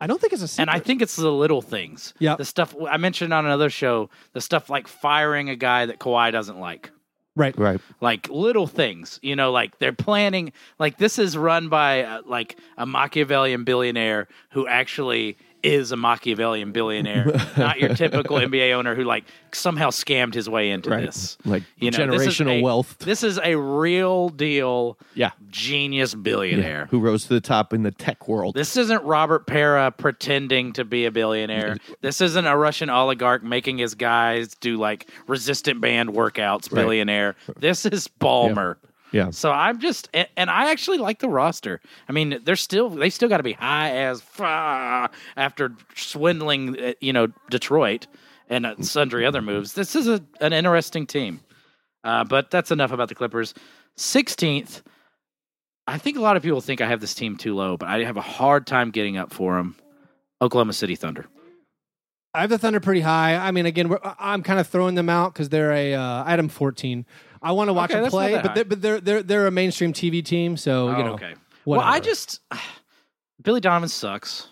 I don't think it's a secret.
And I think it's the little things.
Yep.
The stuff I mentioned on another show, the stuff like firing a guy that Kawhi doesn't like.
right.
Right.
Like little things, you know, like they're planning. Like this is run by uh, like a Machiavellian billionaire who actually is a Machiavellian billionaire, not your typical NBA owner who like somehow scammed his way into
Right.
this.
Like
this is
generational
a-
wealth.
This is a real deal
Yeah.
genius
Yeah.
billionaire.
Who rose to the top in the tech world.
This isn't Robert Para pretending to be a billionaire. This isn't a Russian oligarch making his guys do like resistant band workouts,
Right.
billionaire. This is Balmer.
yeah.
So I'm just, and, and I actually like the roster. I mean, they're still, they still got to be high as fa after swindling, uh, you know, Detroit and uh, sundry other moves. This is a, an interesting team. Uh, but that's enough about the Clippers. 16th, I think a lot of people think I have this team too low, but I have a hard time getting up for them. Oklahoma City Thunder.
I have the Thunder pretty high. I mean, again, we're, I'm kind of throwing them out because they're a uh, item 14. I want to watch
Okay,
them
that's not
play,
that
but they're, but they're they're they're a mainstream TV team, so you know,
Oh, okay.
Oh. whatever.
Well, I just, Billy Donovan sucks.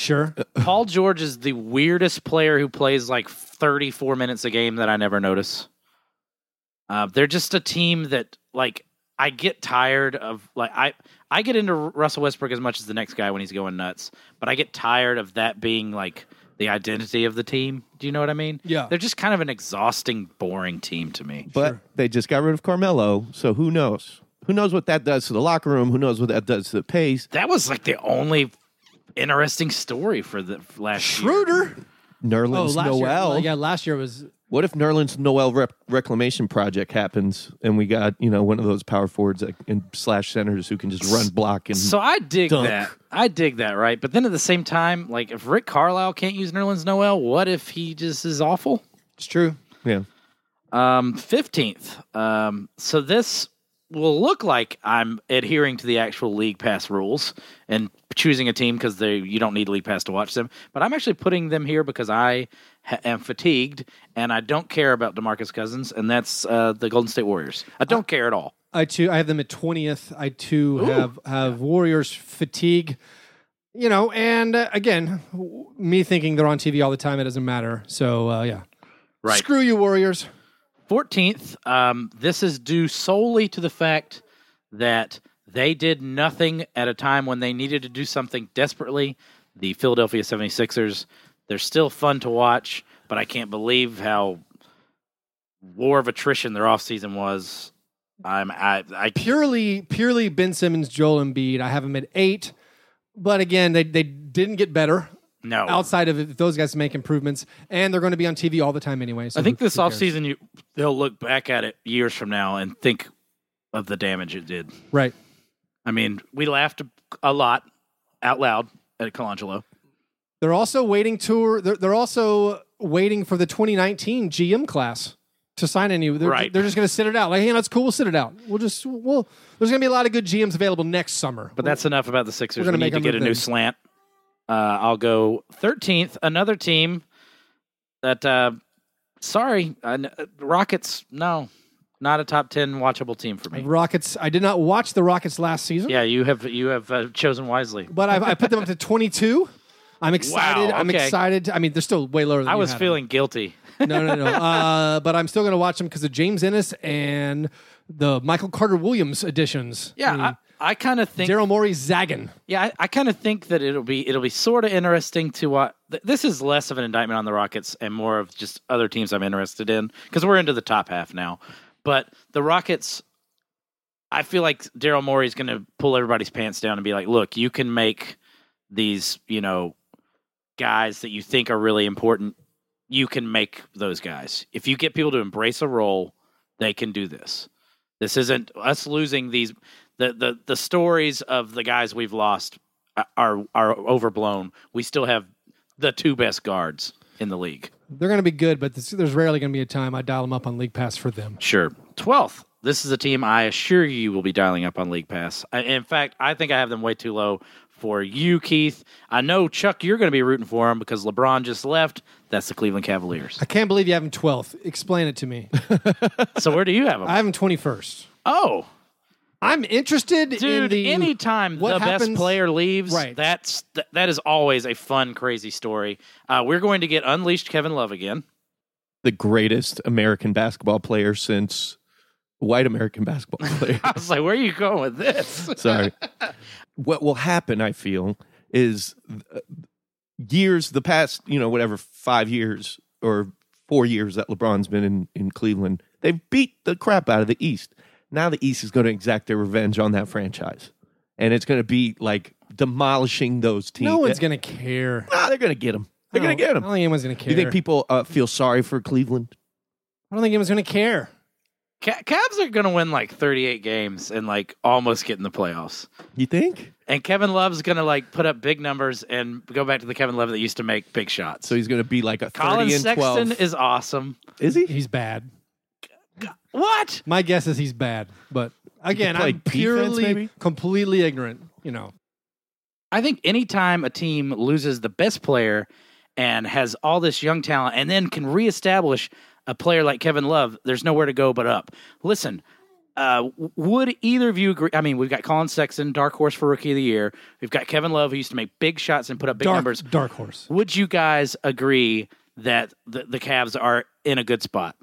sure.
Paul George is the weirdest player who plays like 34 minutes a game that I never notice. Uh, they're just a team that like I get tired of like I I get into Russell Westbrook as much as the next guy when he's going nuts, but I get tired of that being like the identity of the team. Do you know what I mean?
Yeah.
They're just kind of an exhausting, boring team to me.
But they just got rid of Carmelo, so who knows? Who knows what that does to the locker room? Who knows what that does to the pace?
That was like the only interesting story for the for last year.
Schroeder.
Nerlens
Oh,
Noel.
year, yeah, last year was
What if Nerlens Noel rep- reclamation project happens and we got you know one of those power forwards that, and slash centers who can just run block and
So I dig
Dunk.
that. I dig that, right? But then at the same time, like if Rick Carlisle can't use Nerlens Noel, what if he just is awful?
it's true.
yeah
Um, 15th. Um, so this will look like I'm adhering to the actual league pass rules and choosing a team because they you don't need league pass to watch them. But I'm actually putting them here because I ha- am fatigued and I don't care about DeMarcus Cousins and that's uh, the Golden State Warriors. I don't care at all.
I too, I have them at 20th. I too have have Warriors fatigue. you know, and uh, again, w- me thinking they're on TV all the time, it doesn't matter. So uh, yeah,
Right.
Screw you, Warriors.
14th, um, this is due solely to the fact that they did nothing at a time when they needed to do something desperately. The Philadelphia 76ers, they're still fun to watch, but I can't believe how war of attrition their offseason was. I'm I, I
Purely, purely Ben Simmons, Joel Embiid. I have them at eight, but again, they they didn't get better
no.
outside of if those guys make improvements, and they're going to be on TV all the time anyway. So
I think
who-
this
who cares?
offseason you they'll look back at it years from now and think of the damage it did.
right?
I mean, we laughed a lot out loud at Colangelo.
They're also waiting to. They're, they're also waiting for the 2019 GM class to sign any. They're,
Right.
They're just going to sit it out. Like, hey, that's cool. We'll sit it out. We'll just. We'll. There's going to be a lot of good GMs available next summer.
But that's enough about the Sixers.
We're
We
gonna
need
make
to
a
get a
move then.
new slant. Uh, I'll go 13th. Another team that, uh, sorry, uh, n- uh, Rockets, no, not a top 10 watchable team for me.
Rockets. I did not watch the Rockets last season,
Yeah, you have you have uh, chosen wisely.
but I, I put them up to 22. I'm excited. I'm
okay.
excited. I mean, they're still way lower than
I
you
was
had
feeling guilty.
them. No, no, no. uh, but I'm still going to watch them because of James Ennis and the Michael Carter Williams additions.
Yeah, I, I kind of think
Daryl Morey zagging.
Yeah, I, I kind of think that it'll be it'll be sort of interesting to watch. Th- this is less of an indictment on the Rockets and more of just other teams I'm interested in because we're into the top half now. But the Rockets, I feel like Daryl Morey's going to pull everybody's pants down and be like, "Look, you can make these, you know, guys that you think are really important. You can make those guys if you get people to embrace a role. They can do this. This isn't us losing these the the the stories of the guys we've lost are are overblown. We still have the two best guards in the league.
They're going to be good, but this, there's rarely going to be a time I dial them up on League Pass for them.
Sure. 12th. This is a team I assure you will be dialing up on League Pass. I, in fact, I think I have them way too low for you, Keith. I know Chuck, you're going to be rooting for them because LeBron just left. That's the Cleveland Cavaliers.
I can't believe you have him 12th. Explain it to me.
so where do you have them?
I have him 21st.
oh,
I'm interested in
dude!
the
anytime
what
the best
happens-
player leaves,
Right.
that's th- that is always a fun, crazy story. Uh, we're going to get unleashed Kevin Love again.
The greatest American basketball player since white American basketball player.
I was like, where are you going with this?
Sorry. what will happen, I feel, is uh, years, the past, you know, whatever, five years or four years that LeBron's been in, in Cleveland, they've beat the crap out of the East. Now the East is going to exact their revenge on that franchise. And it's going to be like demolishing those teams.
No one's going to care.
Nah, they're going to get them. They're going to get
I don't
them.
think anyone's going to care.
You think people uh, feel sorry for Cleveland?
I don't think anyone's going to care.
Ca- Cavs are going to win like 38 games and like almost get in the playoffs.
You think?
And Kevin Love's going to like put up big numbers and go back to the Kevin Love that used to make big shots.
So he's going to be like a 30
Colin
and
Sexton
12.
is awesome.
Is he?
He's bad.
What?
My guess is he's bad, but again,
play
I'm
defense,
purely,
maybe?
completely ignorant. You know,
I think anytime a team loses the best player and has all this young talent and then can reestablish a player like Kevin Love, there's nowhere to go but up. Listen, uh, w- would either of you agree? I mean, we've got Colin Sexton, dark horse for rookie of the year. We've got Kevin Love, who used to make big shots and put up big
dark,
numbers.
dark horse.
Would you guys agree that the, the Cavs are in a good spot?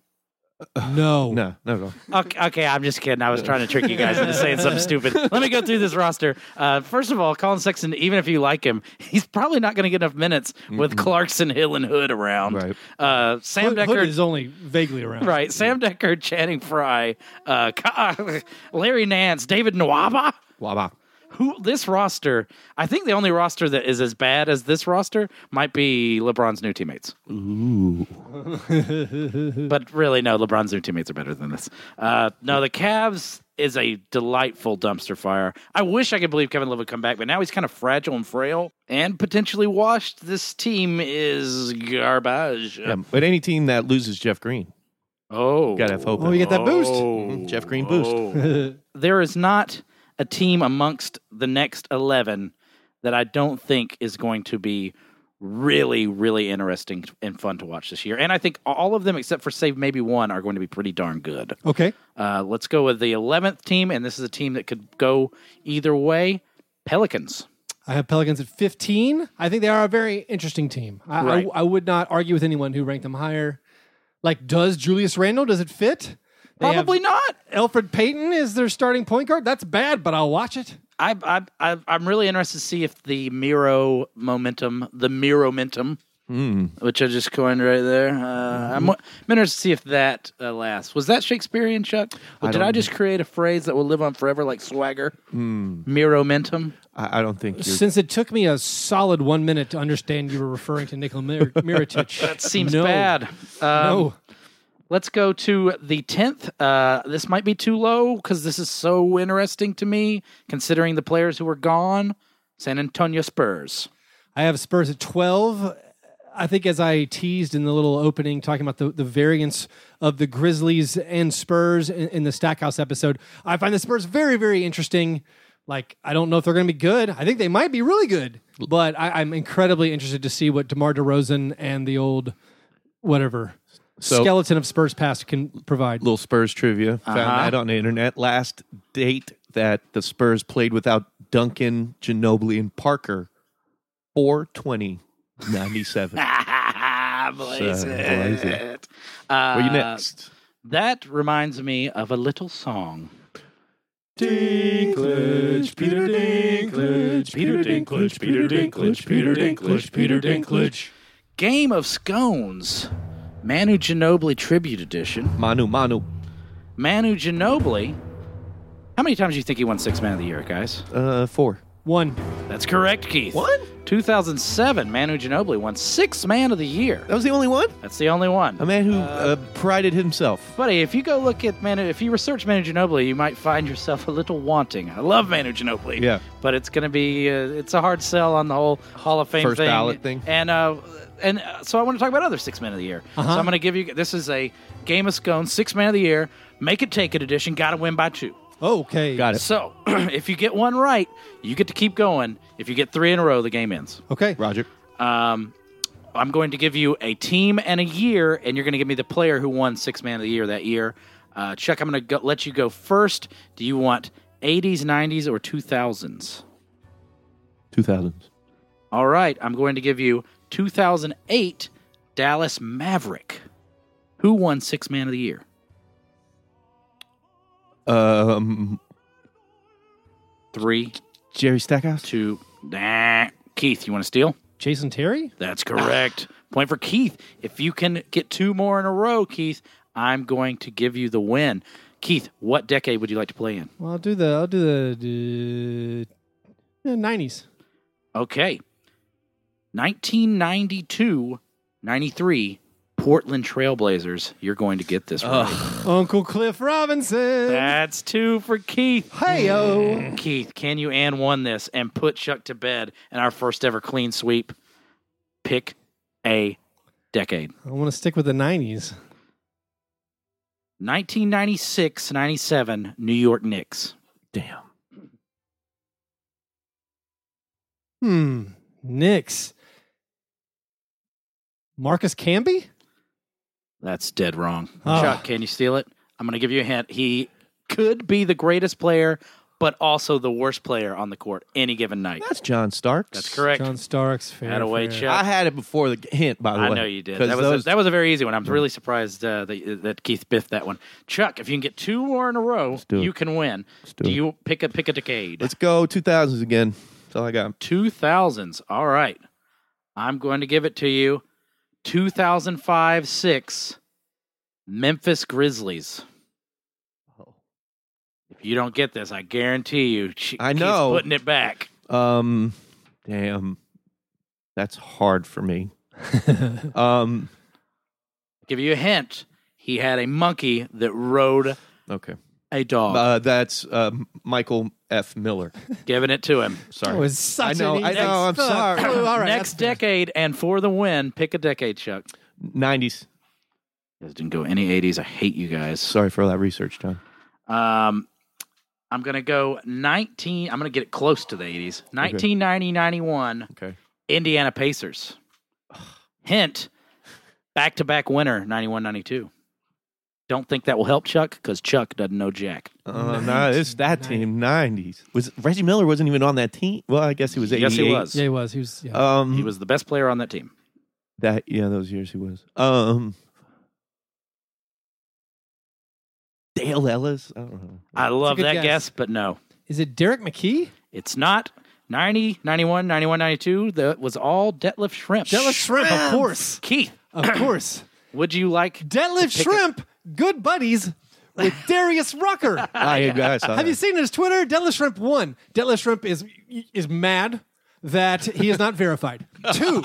No,
No, no, no.
Okay, okay, I'm just kidding. I was trying to trick you guys into saying something stupid. Let me go through this roster. Uh, first of all, Colin Sexton, even if you like him, he's probably not going to get enough minutes with Clarkson, Hill, and Hood around.
Right.
Uh, Sam
Hood, Hood
Decker.
is only vaguely around.
Right, Sam Decker, Channing Frye, uh, Ka- Larry Nance, David Nwaba.
Wah, wah.
Who this roster? I think the only roster that is as bad as this roster might be LeBron's new teammates. but really, no, LeBron's new teammates are better than this. Uh, no, the Cavs is a delightful dumpster fire. I wish I could believe Kevin Love would come back, but now he's kind of fragile and frail and potentially washed. This team is garbage.
Yeah, but any team that loses Jeff Green,
Oh,
gotta have hope.
Oh, you get that boost.
Mhm, Jeff Green boost.
there is not a team amongst the next 11 that I don't think is going to be really, really interesting and fun to watch this year. And I think all of them, except for save maybe one, are going to be pretty darn good.
Okay.
Uh, let's go with the 11th team, and this is a team that could go either way Pelicans.
I have Pelicans at 15. I think they are a very interesting team. I, I-
Right.
I, would not argue with anyone who ranked them higher. Like, does Julius Randle, does it fit? They have-
Probably not.
Alfred Payton is their starting point guard. That's bad, but I'll watch it.
I, I, I, I'm really interested to see if the Miro momentum, the Miro momentum,
Hmm.
which I just coined right there. Uh,
Mm-hmm.
I'm, I'm interested to see if that uh, lasts. Was that Shakespearean, Chuck? Or did
don't
I just create a phrase that will live on forever, like swagger?
Hmm.
Miro momentum.
I, I don't think you're.
Since it took me a solid one minute to understand you were referring to Nikola Mir- Mirotic,
That seems
no,
bad. Um,
No,
Let's go to the 10th. Uh, this might be too low because this is so interesting to me, considering the players who are gone. San Antonio Spurs.
I have Spurs at 12. I think, as I teased in the little opening, talking about the, the variance of the Grizzlies and Spurs in, in the Stackhouse episode, I find the Spurs very, very interesting. Like, I don't know if they're going to be good. I think they might be really good, but I, I'm incredibly interested to see what DeMar DeRozan and the old whatever
So-
skeleton of Spurs past can provide.
little Spurs trivia. Found
Uh-huh.
that on the internet. Last date that the Spurs played without Duncan, Ginobili, and Parker, 420 97.
Blaze
So,
it.
blaze it.
Uh,
What you next?
That reminds me of a little song.
Dinklage, Peter Dinklage, Peter Dinklage, Peter Dinklage, Peter Dinklage, Peter Dinklage.
Game of Scones, Manu Ginobili Tribute Edition.
Manu, Manu.
Manu Ginobili. How many times do you think he won Six Man of the Year, guys?
Uh, four.
One.
That's correct, Keith. What? 2007, Manu Ginobili won Six Man of the Year.
That was the only one?
That's the only one.
A man who uh, prided himself.
Buddy, if you go look at Manu, if you research Manu Ginobili, you might find yourself a little wanting. I love Manu Ginobili.
Yeah.
But it's going to be, uh, it's a hard sell on the whole Hall of Fame
First
thing.
ballot thing.
And, uh, and uh, so I want to talk about other Six Men of the Year.
Uh-huh.
So I'm going to give you, this is a Game of Scones Six Man of the Year, Make It Take It edition, got to win by two.
Okay.
Got it.
So if you get one right, you get to keep going. If you get three in a row, the game ends.
Okay.
Roger.
Um, I'm going to give you a team and a year, and you're going to give me the player who won Six Man of the Year that year. Uh, Chuck, I'm going to go, let you go first. Do you want 80s, 90s, or 2000s?
2000s.
All right, I'm going to give you 2008 Dallas Maverick. Who won Six Man of the Year?
Um,
Three,
Jerry Stackhouse?
two, nah. Keith, you want to steal?
Jason Terry?
That's correct. Point for Keith. If you can get two more in a row, Keith, I'm going to give you the win. Keith, what decade would you like to play in?
Well, I'll do the I'll do the uh, 90s.
Okay. 1992 93, Portland Trailblazers. You're going to get this right.
Uncle Cliff Robinson.
That's two for Keith.
Heyo.
Keith, can you and won this and put Chuck to bed in our first ever clean sweep? Pick a decade.
I want to stick with the 90s.
1996 97, New York Knicks.
Damn.
Hmm. Knicks. Marcus Camby?
That's dead wrong.
Oh.
Chuck, can you steal it? I'm going to give you a hint. He could be the greatest player, but also the worst player on the court any given night.
That's John Starks.
That's correct.
John Starks. Fair,
Attaway,
fair.
Chuck.
I had it before the hint, by the
I
way.
know you did.
'Cause
That was
those-
a, that was a very easy one. I'm really surprised uh, that, that Keith biffed that one. Chuck, if you can get two more in a row,
do it.
you can win.
do
do
it.
you pick a pick a decade?
Let's go 2000s again. That's all I got.
2000s. All right. I'm going to give it to you. 2005 6 Memphis Grizzlies.
Oh.
If you don't get this, I guarantee you. She,
I
Keith's
know.
putting it back.
Um, damn, that's hard for me. um,
Give you a hint. He had a monkey that rode
okay,
a dog,
uh, that's um, Michael F. Miller.
giving it to him.
That
Sorry,
was such
I know,
an
I
easy-
know, I'm
Fuck.
sorry.
Oh, all right,
Next
that's-
decade, and for the win, pick a decade, Chuck.
nineties.
You guys didn't go any 80s. I hate you guys.
Sorry for all that research, John.
Um, I'm going to go 19. I'm going to get it close to the 80s. 1990 91,
Okay,
Indiana Pacers. Hint back to back winner, 91 92. Don't think that will help Chuck because Chuck doesn't know Jack.
Uh, nah, it's that team. Nineties was Reggie Miller wasn't even on that team. Well, I guess he was. 88.
Yes, he was.
Yeah, he was. He was. Yeah.
Um,
He was the best player on that team.
that. Yeah, those years he was. Um, Dale Ellis. I don't know.
I love
good
that
guess.
guess. but no,
Is it Derek McKee?
it's not. 90, 91, 91, 92, that was all Detlef Shrimp.
Detlef Shrimp, of course,
Keith,
of course.
would you like
Detlef
Pick a-
Shrimp, good buddies with Darius Rucker.
Ah,
I, I saw
Have you
that.
seen his Twitter? Detlef Shrimp one. Detlef Shrimp is is mad that he is not verified. Two.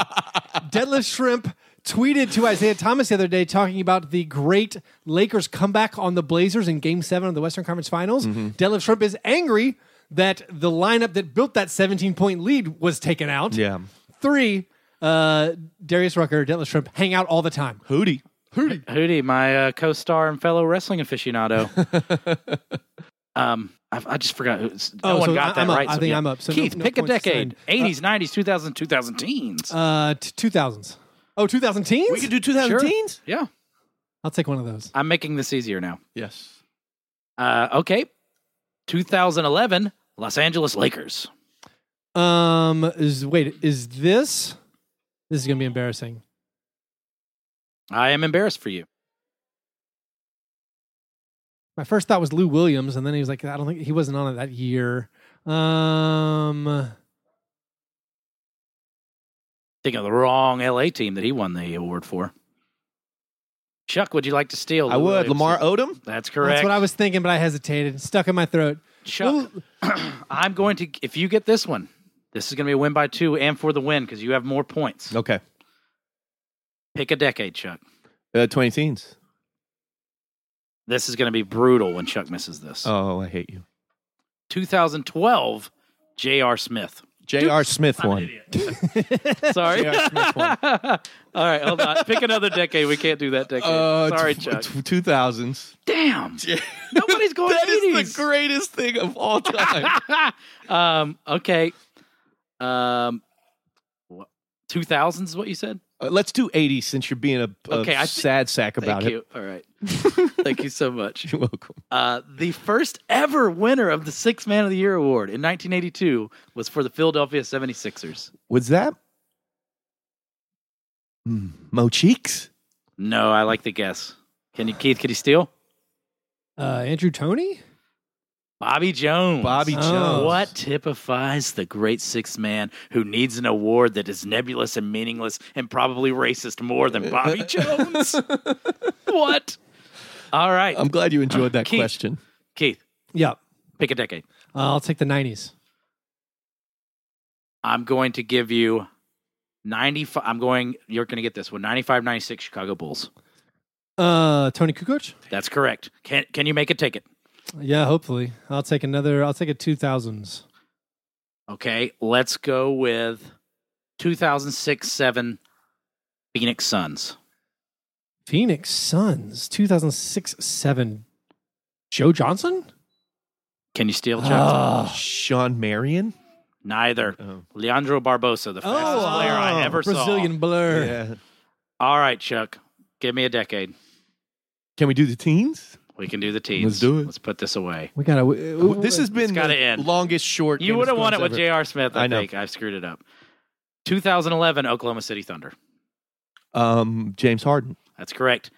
Detlef Shrimp tweeted to Isaiah Thomas the other day talking about the great Lakers comeback on the Blazers in Game Seven of the Western Conference Finals.
Mm-hmm.
Detlef Shrimp is angry that the lineup that built that 17 point lead was taken out.
Yeah,
Three. Uh, Darius Rucker, Detlef Shrimp hang out all the time.
Hootie. Hootie.
Hootie, my uh, co-star and fellow wrestling aficionado. um, I, I just forgot. Who, s- no
Oh,
one
so
got
I-
that
I'm up.
right.
I
so
think
yeah.
I'm up, so no-
Keith,
no
pick a
points
decade:
assigned. Uh,
80s, 90s, 2000s, 2010s.
Uh, t- 2000s. Oh, 2010s?
We could do 2010s.
yeah,
I'll take one of those.
I'm making this easier now.
Yes.
Uh, okay, 2011, Los Angeles Lakers.
Um, is, wait, is this? This is gonna be embarrassing.
I am embarrassed for you.
My first thought was Lou Williams, and then he was like, I don't think he wasn't on it that year. Um,
Thinking of the wrong LA team that he won the award for. Chuck, would you like to steal?
I
Lou
would.
Williams?
Lamar Odom.
That's correct.
that's what I was thinking, but I hesitated, stuck in my throat.
Chuck, I'm going to. If you get this one, this is going to be a win by two and for the win because you have more points.
Okay.
Pick a decade, Chuck.
Uh, 20 teens.
This is going to be brutal when Chuck misses this.
Oh, I hate you.
2012, J.R. Smith.
J.R. Smith one.
Sorry.
J.R. Smith one.
All right, hold on. Pick another decade. We can't do that decade.
Oh,
Sorry,
Uh, tw-
Chuck.
tw- 2000s.
Damn. Nobody's going
That is
80s.
the greatest thing of all time.
um, okay. Um, what- 2000s is what you said?
Uh, let's do 80 since you're being a, a
Okay, I thi-
sad sack
Thank
about
you. All right. Thank you so much.
it. You're welcome.
Uh, the first ever winner of the Sixth Man of the Year award in 1982 was for the Philadelphia 76ers.
Was that Hmm, Mo Cheeks?
No, I like the guess. Can you, Keith? Can you steal?
Uh, Andrew Tony.
Bobby Jones.
Bobby
Oh.
Jones.
What typifies the great sixth man who needs an award that is nebulous and meaningless and probably racist more than Bobby Jones? what? All right,
I'm glad you enjoyed that
Keith.
question.
Keith,
Yeah,
pick a decade.
uh, I'll take the '90s.
I'm going to give you 95. I'm going, you're going to get this one 95 96 Chicago Bulls.
Uh, Tony Kukoc.
That's correct. Can can you make a ticket?
Yeah, hopefully I'll take another. I'll take a 2000s.
Okay, let's go with 2006 7 Phoenix Suns.
Phoenix Suns. 2006 seven. Joe Johnson.
Can you steal Chuck?
Uh.
Ah.
Sean Marion?
Neither.
Oh.
Leandro Barbosa, the fastest player I
Ah. oh,
ever
Brazilian
saw.
blur.
Yeah.
All right, Chuck, give me a decade.
Can we do the teens?
We can do the teams.
Let's do it.
Let's put this away.
We gotta.
This has been
gotta
the
end.
longest short. Game
You
of
would have won it
Thrones
with
ever.
J.R. Smith, I,
I know.
think. I've screwed it up. 2011 Oklahoma City Thunder.
Um, James Harden.
That's correct.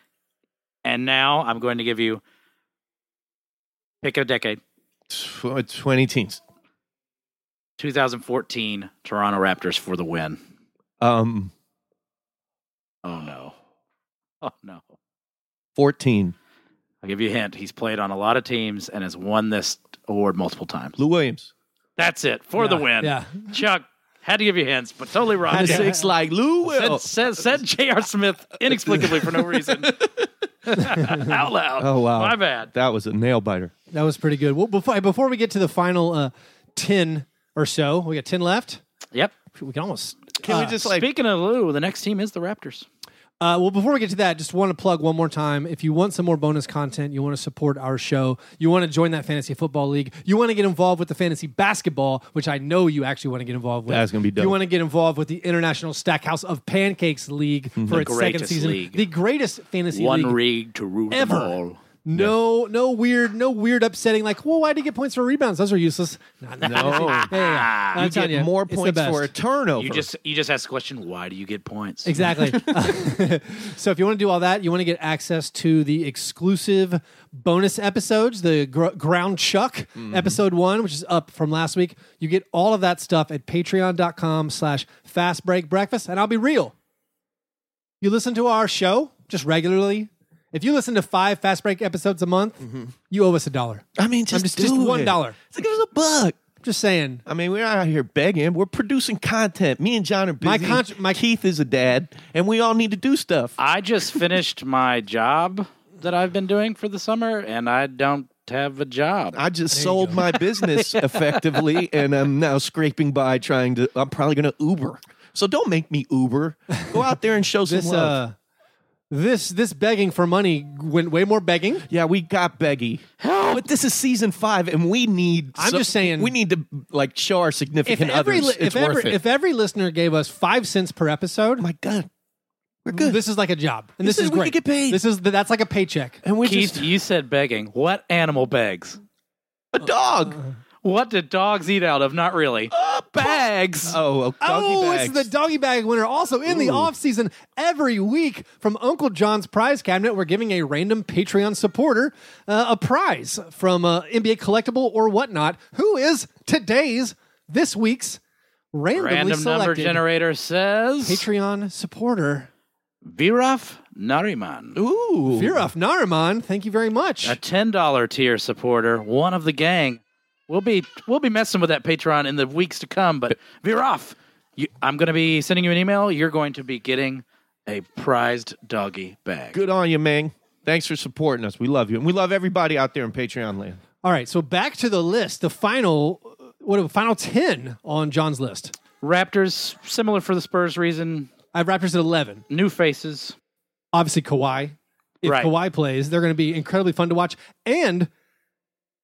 And now I'm going to give you pick a decade.
Tw- 20 teens.
2014 Toronto Raptors for the win.
Um,
Oh no. Oh no.
14.
I'll give you a hint. He's played on a lot of teams and has won this award multiple times.
Lou Williams.
That's it for the
Yeah,
win.
Yeah.
Chuck had to give you hints, but totally wrong.
Had
And
to-
Said,
six like Lou Will.
said, said J.R. Smith inexplicably for no reason. Out loud.
Oh, wow.
My bad.
That was a nail biter.
That was pretty good. Well, before before we get to the final uh, ten or so, we got ten left.
Yep.
We can almost.
Can
uh,
we just like
Speaking of Lou, the next team is the Raptors.
Uh, well, before we get to that, just want to plug one more time. If you want some more bonus content, you want to support our show, you want to join that fantasy football league, you want to get involved with the fantasy basketball, which I know you actually want to get involved with.
That's gonna be dope.
You want to get involved with the International Stackhouse of Pancakes League
Hmm.
for its second
greatest
season,
league.
the greatest fantasy
One
league
rig to rule
Ever.
them all.
no, no weird, no weird upsetting. Like, well, why would he get points for rebounds? Those are useless. Not no, yeah, yeah, yeah. I'm
You
telling
get
ya,
more
it's the
points
best.
for a turnover.
You just you just ask the question, why do you get points?
Exactly. so if you want to do all that, you want to get access to the exclusive bonus episodes, the gr- Ground Chuck
Mm-hmm.
episode one, which is up from last week. You get all of that stuff at patreon.com slash fast break breakfast. And I'll be real. You listen to our show just regularly. If you listen to five fast break episodes a month,
Mm-hmm.
you owe us a dollar.
I mean, just,
I'm just, just
do
one
it.
dollar.
It's like it was a buck.
Just saying.
I mean, we're not out here begging. We're producing content. Me and John are busy.
My con- my-
Keith is a dad, and we all need to do stuff.
I just finished my job that I've been doing for the summer, and I don't have a job.
I just sold my business effectively, and I'm now scraping by trying to. I'm probably going to Uber. So don't make me Uber. Go out there and show some
This
love.
uh this this begging for money went way more begging.
yeah, we got Beggy. But this is season five, and we need.
I'm
some-
just saying-
we need to like show our
If
significant
every,
others.
li-
it's
if,
worth
every,
it.
if e-, every listener gave us five cents per episode,
my God, we're good.
this is like a job, and this,
This
is
is- we
great.
could get paid.
This is that's like a paycheck.
and we're
Keith,
just
you said begging. What animal begs?
a dog.
Uh,
What do dogs eat out of? Not really. bags.
oh, a doggy
oh,
bags.
it's the doggy bag winner. Also in the off season, every week from Uncle John's prize cabinet, we're giving a random Patreon supporter uh, a prize from uh, NBA collectible or whatnot. Who is today's this week's randomly
Random number
selected
generator says
Patreon supporter?
Viraf Nariman.
Ooh,
Viraf Nariman, thank you very much.
A ten dollar tier supporter, one of the gang. We'll be we'll be messing with that Patreon in the weeks to come. But Viraf, you, I'm going to be sending you an email. You're going to be getting a prized doggy bag.
good on you, man. Thanks for supporting us. We love you, and we love everybody out there in Patreon land.
All right, so back to the list. The final, uh, what final ten on John's list?
Raptors, similar for the Spurs reason.
I have Raptors at eleven.
New faces.
Obviously, Kawhi. If
Right.
Kawhi plays, they're going to be incredibly fun to watch, and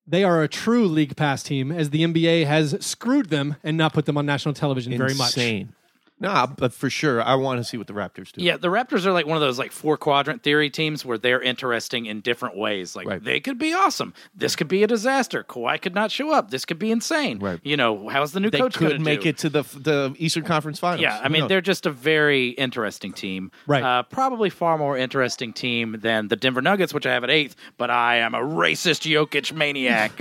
they are a true league pass team, as the NBA has screwed them and not put them on national television very much.
Insane. Nah, but for sure, I want to see what the Raptors do.
Yeah, the Raptors are like one of those like four quadrant theory teams where they're interesting in different ways. Like
Right.
they could be awesome. This could be a disaster. Kawhi could not show up. This could be insane.
Right.
You know, how's the new
they
coach
could
gonna
make
do?
it to the the Eastern Conference Finals.
Yeah, I
Who
mean
knows?
they're just a very interesting team.
Right.
Uh, probably far more interesting team than the Denver Nuggets, which I have at eighth. But I am a racist Jokic maniac.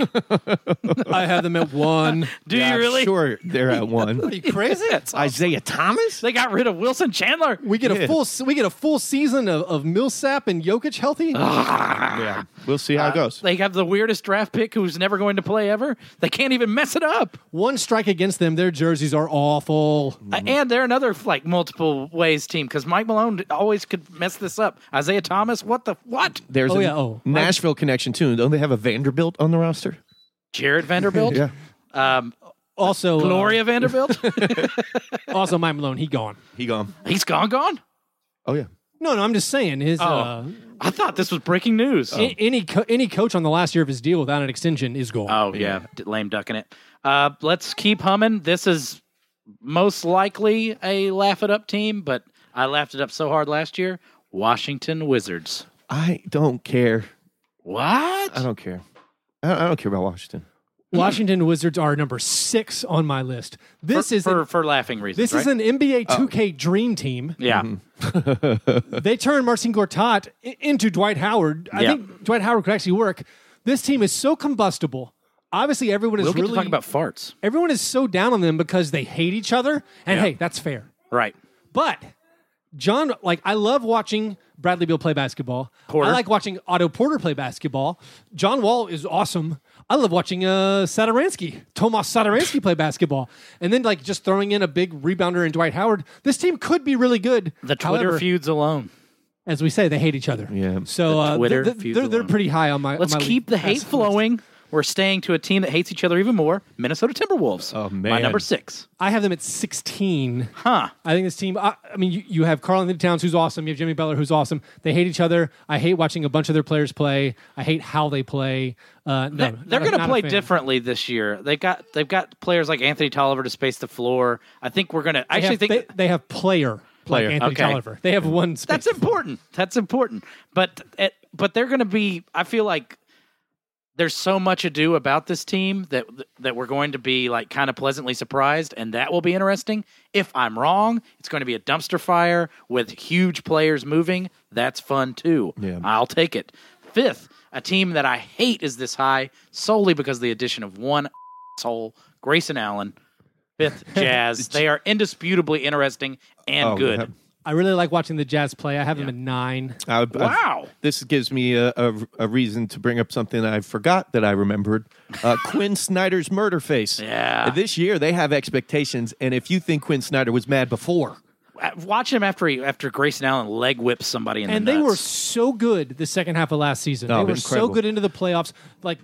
I have them at one.
do
Yeah,
you
I'm
really?
Sure, they're at one.
Are you crazy?
That's awesome.
Isaiah Thomas.
They got rid of Wilson Chandler.
We get
Yeah.
a full we get a full season of, of Millsap and Jokic healthy.
yeah, we'll see
Uh,
how it goes.
They have the weirdest draft pick who's never going to play ever. They can't even mess it up.
One strike against them, their jerseys are awful.
Mm-hmm.
Uh, and they're another like multiple ways team because Mike Malone always could mess this up. Isaiah Thomas, what the what?
There's
Oh,
a
yeah, oh.
Nashville connection too. Don't they have a Vanderbilt on the roster?
Jared Vanderbilt,
Yeah.
um,
Also, uh,
Gloria Vanderbilt,
also Mike Malone, he gone.
He gone.
he's gone, gone.
Oh yeah.
No, no, I'm just saying
Oh.
his. Uh,
I thought this was breaking news.
Oh.
a- any co- any coach on the last year of his deal without an extension is gone.
Oh yeah, D- lame ducking it. Uh, let's keep humming. This is most likely a laugh it up team, but I laughed it up so hard last year. Washington Wizards.
I don't care.
What?
I don't care. I don't, I don't care about Washington.
Washington Wizards are number six on my list. This
for,
is
for, Oh.
an,
for laughing reasons.
this Mm-hmm. is an NBA 2K dream team.
yeah.
They turned Marcin Gortat i- into Dwight Howard. I
Yeah.
think Dwight Howard could actually work. This team is so combustible. Obviously, everyone is
We'll get
really
to talk about farts.
everyone is so down on them because they hate each other. And hey, that's fair.
Right.
But John, like, I love watching Bradley Beal play basketball.
Porter.
I like watching Otto Porter play basketball. John Wall is awesome. I love watching uh, Sadaransky, Tomas Sadaransky play basketball. And then, like, just throwing in a big rebounder in Dwight Howard. This team could be really good.
The Twitter
However,
feuds alone.
as we say, they hate each other.
Yeah.
So uh,
Twitter
they're,
feuds
they're, they're
alone.
pretty high on my.
Let's
on my
keep the
league pass
hate
list.
flowing. We're staying to a team that hates each other even more Minnesota Timberwolves.
Oh,
My
man.
number six.
I have them at 16.
Huh.
I think this team, I, I mean, you, you have Carl Anthony Towns, who's awesome. You have Jimmy Butler, who's awesome. They hate each other. I hate watching a bunch of their players play. I hate how they play. Uh, no,
They-
not-
They're going to
not a
play
fan.
differently this year. They got they've got players like Anthony Tolliver to space the floor. I think we're going to. I
They
actually
have,
think
they, they have player. Player. Like Anthony
okay.
Tolliver. They have one space.
That's important. That's important. But it, but they're going to be. I feel like there's so much ado about this team that that we're going to be like kind of pleasantly surprised, and that will be interesting. If I'm wrong, it's going to be a dumpster fire with huge players moving. That's fun too.
Yeah.
I'll take it. Fifth, a team that I hate is this high solely because of the addition of one asshole, Grayson Allen. Fifth, Jazz. they are indisputably interesting and
Oh,
good.
yeah.
I really like watching the Jazz play. I have them at nine.
I- I've-
Wow.
this gives me a, a, a reason to bring up something I forgot that I remembered. Uh, Quinn Snyder's murder face.
Yeah.
This year they have expectations, and if you think Quinn Snyder was mad before,
Watch him after he, after Grayson Allen leg whips somebody in
and
the
they were
nuts.
so good the second half of last season.
Oh,
they were
incredible.
so good into the playoffs. Like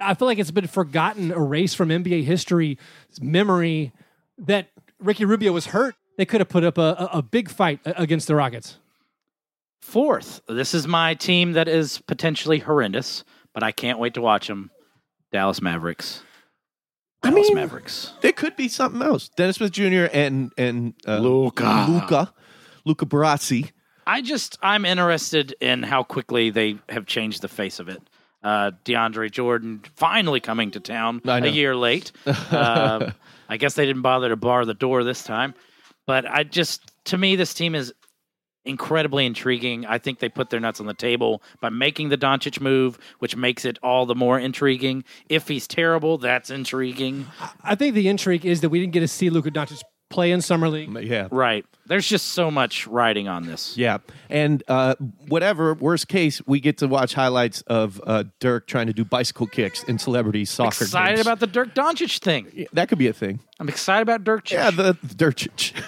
I feel like it's been forgotten, erased from NBA history memory that Ricky Rubio was hurt. They could have put up a, a, a big fight a- against the Rockets.
fourth. This is my team that is potentially horrendous, but I can't wait to watch them. Dallas Mavericks. Dallas
mean-
Mavericks.
there could be something else. Dennis Smith Jr. and and uh,
Luka.
Luca, Luca Barazzi.
I just I'm interested in how quickly they have changed the face of it. Uh, DeAndre Jordan finally coming to town
I know.
a year late. Uh, I guess they didn't bother to bar the door this time, but I just to me this team is incredibly intriguing. I think they put their nuts on the table by making the Doncic move, which makes it all the more intriguing. If he's terrible, that's intriguing.
I think the intrigue is that we didn't get to see Luka Doncic play in summer league.
Yeah,
Right. There's just so much riding on this.
yeah. And uh, whatever worst case, we get to watch highlights of uh, Dirk trying to do bicycle kicks in celebrity soccer.
Excited
games.
about the Dirk Doncic thing.
that could be a thing.
I'm excited about Dirk.
Yeah, the, the Dirk.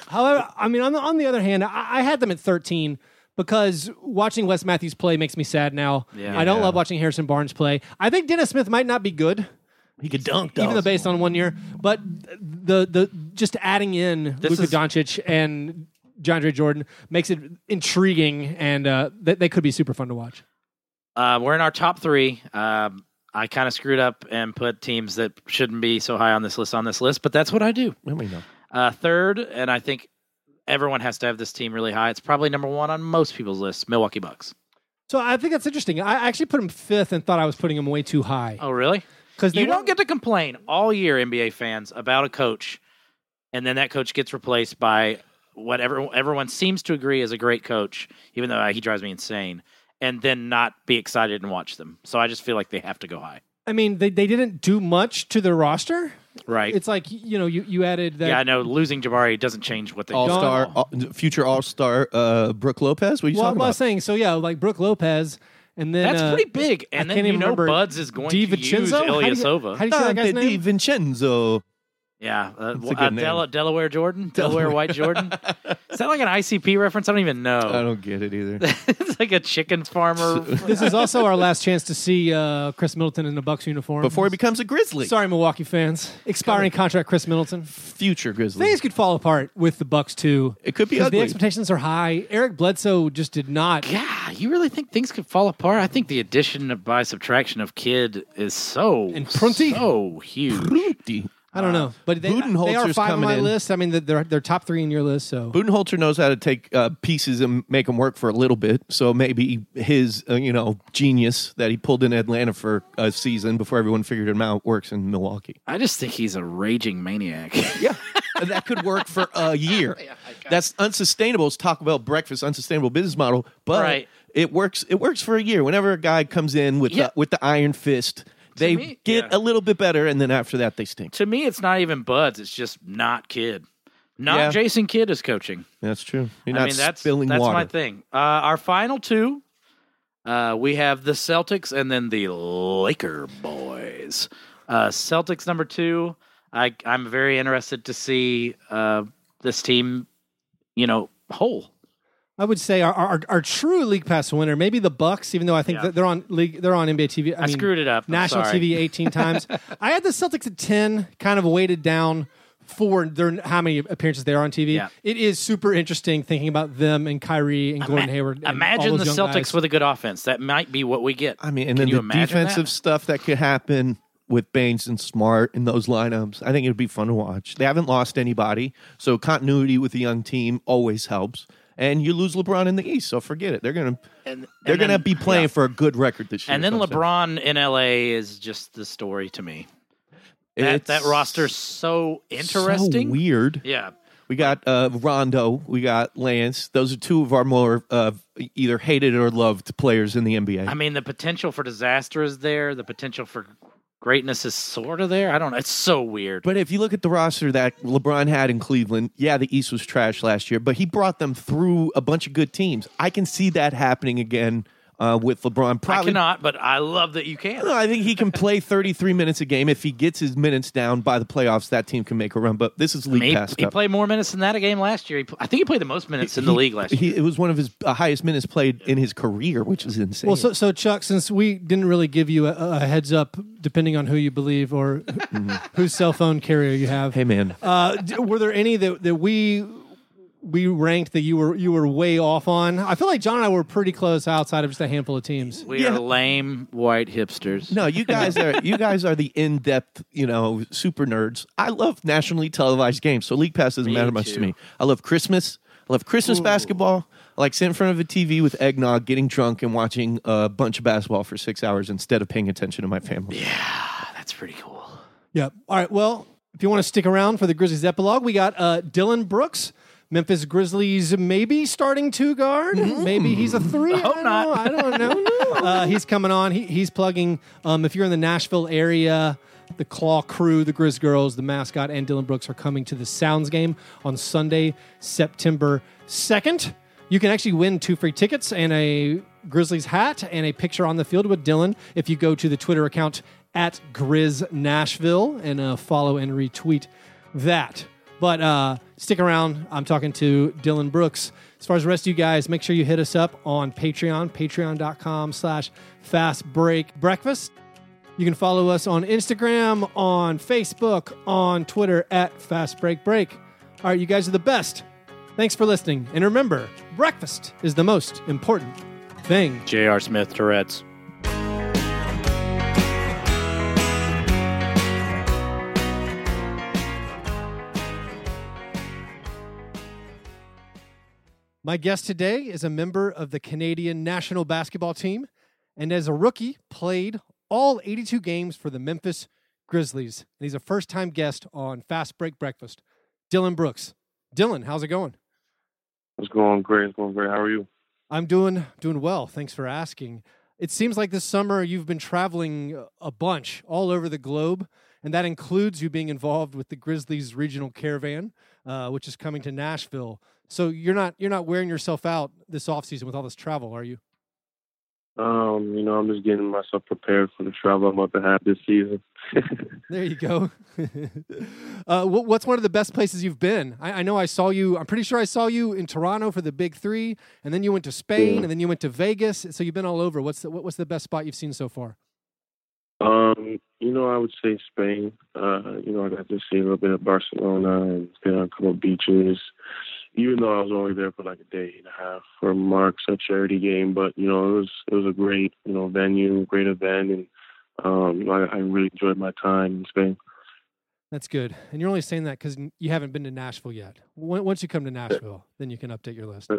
However, I mean, on the, on the other hand, I, I had them at thirteen because watching Wes Matthews play makes me sad now.
Yeah.
I don't love watching Harrison Barnes play. I think Dennis Smith might not be good.
He could dunk.
even though based on one year. But the the just adding in
This
Luka
is-
Doncic and DeAndre Jordan makes it intriguing, and uh, they, they could be super fun to watch.
Uh, we're in our top three. Um, I kind of screwed up and put teams that shouldn't be so high on this list on this list, but that's what I do.
Let me know.
Uh, third, and I think everyone has to have this team really high. It's probably number one on most people's lists. Milwaukee Bucks.
So I think that's interesting. I actually put him fifth and thought I was putting him way too high
Oh, really?
because
You don't get to complain all year, NBA fans, about a coach, and then that coach gets replaced by whatever everyone seems to agree is a great coach, even though uh, he drives me insane, and then not be excited and watch them. So I just feel like they have to go high.
I mean, they, they didn't do much to their roster.
Right.
It's like you know, you, you added that.
yeah, I know losing Jabari doesn't change what they
All
do.
star, future all star, uh, Brooke Lopez. What are you
well, I
talking about?
was saying so. Yeah, like Brooke Lopez, and then
That's
uh,
pretty big. And then
can't
you
even
know
remember.
Buds is going to use
DiVincenzo? How do you-
Ilyasova.
How do you say that guy's
Dante Di
name?
Vincenzo.
yeah, uh,
That's a good
uh,
name.
Dela- Delaware Jordan, Delaware White Jordan. Is that like an ICP reference? I don't even
I
know.
don't get it either.
it's like a chicken farmer.
This is also our last chance to see uh, Chris Middleton in the Bucks uniform
Before he becomes a Grizzly,
Sorry, Milwaukee fans. Expiring contract, Chris Middleton.
future Grizzly.
Things could fall apart with the Bucks too.
It could be
because
ugly.
the expectations are high. Eric Bledsoe just did not.
yeah, you really think things could fall apart? I think the addition of, by subtraction of Kid is so
And Prunty?
so huge.
Rudy.
I don't know, but they, they are
Budenholzer's
five on
coming
my
in.
list. I mean, they're they're top three in your list. So
Budenholzer knows how to take uh, pieces and make them work for a little bit. So maybe his, uh, you know, genius that he pulled in Atlanta for a season before everyone figured him out works in Milwaukee.
I just think he's a raging maniac.
Yeah, that could work for a year. That's unsustainable. It's Taco Bell breakfast, unsustainable business model, but
Right.
it works. It works for a year. Whenever a guy comes in with
Yeah.
the, with the iron fist, they
me,
get
yeah.
a little bit better, and then after that, they stink.
to me, it's not even Buds. It's just not Kid. Not
Yeah.
Jason Kidd is coaching.
That's true. You're
I
not
mean, that's
spilling
that's
water.
my thing. Uh, our final two, uh, we have the Celtics and then the Laker boys. Uh, Celtics number two. I I'm very interested to see uh, this team, you know, whole.
I would say our, our, our true league pass winner, maybe the Bucks, even though I think
Yeah.
that they're on league, they're on NBA TV. I,
I
mean,
screwed it up. I'm
national
sorry.
TV 18 times. I had the Celtics at 10, kind of weighted down for their how many appearances they are on TV.
Yeah.
It is super interesting thinking about them and Kyrie and Gordon Hayward. and all
Imagine the
those young
Celtics
guys.
with a good offense. That might be what we get.
I mean, and
Can
then
you
the
imagine
defensive
that?
stuff that could happen with Baines and Smart in those lineups. I think it'd be fun to watch. They haven't lost anybody, so continuity with a young team always helps. And you lose LeBron in the East, so forget it. They're gonna
And- and
they're gonna
then-
be playing
yeah.
for a good record this year.
And then
is what I'm saying.
LeBron in LA is just the story to me. That
It's
that roster's so
so
interesting.
weird.
yeah.
We got uh, Rondo. We got Lance. Those are two of our more uh, either hated or loved players in the NBA.
I mean, the potential for disaster is there. The potential for greatness is sort of there. I don't know. It's so weird.
but if you look at the roster that LeBron had in Cleveland, yeah, the East was trash last year, but he brought them through a bunch of good teams. I can see that happening again uh, with LeBron.
I
Probably.
cannot, but I love that you can.
No, I think he can play 33 minutes a game. If he gets his minutes down by the playoffs, that team can make a run. But this is
I
league
mean,
past
he, he
up.
played more minutes than that a game last year. He, pl- I think he played the most minutes in the
He-
league last year.
he- it was one of his uh, highest minutes played in his career, which is insane.
Well, so, so Chuck, since we didn't really give you a, a heads up, depending on who you believe or who- whose cell phone carrier you have,
hey, man.
uh, d- were there any that, that we we ranked that you were you were way off on? I feel like John and I were pretty close outside of just a handful of teams.
We
Yeah.
are lame white hipsters.
No, you guys are you guys are the in depth, you know, super nerds. I love nationally televised games, so League Pass doesn't
Me
matter much to
too.
me. I love Christmas. I love Christmas basketball. I like sitting in front of a TV with eggnog, getting drunk, and watching a bunch of basketball for six hours instead of paying attention to my family.
Yeah, that's pretty cool.
Yep. All right. Well, if you want to stick around for the Grizzlies epilogue, we got uh, Dylan Brooks, Memphis Grizzlies, maybe starting two guard. Maybe he's a three. I, don't
not.
know. I don't know. uh, he's coming on. He, he's plugging. Um, if you're in the Nashville area, the Claw Crew, the Grizz Girls, the mascot, and Dylan Brooks are coming to the Sounds game on Sunday, September 2nd. You can actually win two free tickets and a Grizzlies hat and a picture on the field with Dylan if you go to the Twitter account at Grizz Nashville and uh, follow and retweet that. But uh, stick around. I'm talking to Dylan Brooks. As far as the rest of you guys, make sure you hit us up on Patreon, patreon.com slash fast break breakfast. You can follow us on Instagram, on Facebook, on Twitter at Fast Break Break. All right, you guys are the best. Thanks for listening. And remember, breakfast is the most important thing.
J.R. Smith Tourette's.
My guest today is a member of the Canadian national basketball team and as a rookie played all 82 games for the Memphis Grizzlies. And he's a first-time guest on Fast Break Breakfast. Dylan Brooks. Dylan, how's it going?
It's going great. It's going great. How are you?
I'm doing doing well. Thanks for asking. It seems like this summer you've been traveling a bunch all over the globe, and that includes you being involved with the Grizzlies Regional Caravan, uh, which is coming to Nashville. So you're not you're not wearing yourself out this off season with all this travel, are you?
Um, you know, I'm just getting myself prepared for the travel I'm about to have this season.
There you go. uh, wh- what's one of the best places you've been? I, I know I saw you. I'm pretty sure I saw you in Toronto for the Big Three, and then you went to Spain,
Yeah.
and then you went to Vegas. So you've been all over. What's the, what, what's the best spot you've seen so far?
um, you know, I would say Spain. Uh, you know, I got to see a little bit of Barcelona and been on a couple of beaches. Even though I was only there for like a day and a half for Mark's a charity game, but you know, it was it was a great you know venue, great event, and um, you know, I, I really enjoyed my time in Spain.
That's good. And you're only saying that because you haven't been to Nashville yet. When- Once you come to Nashville, then you can update your list.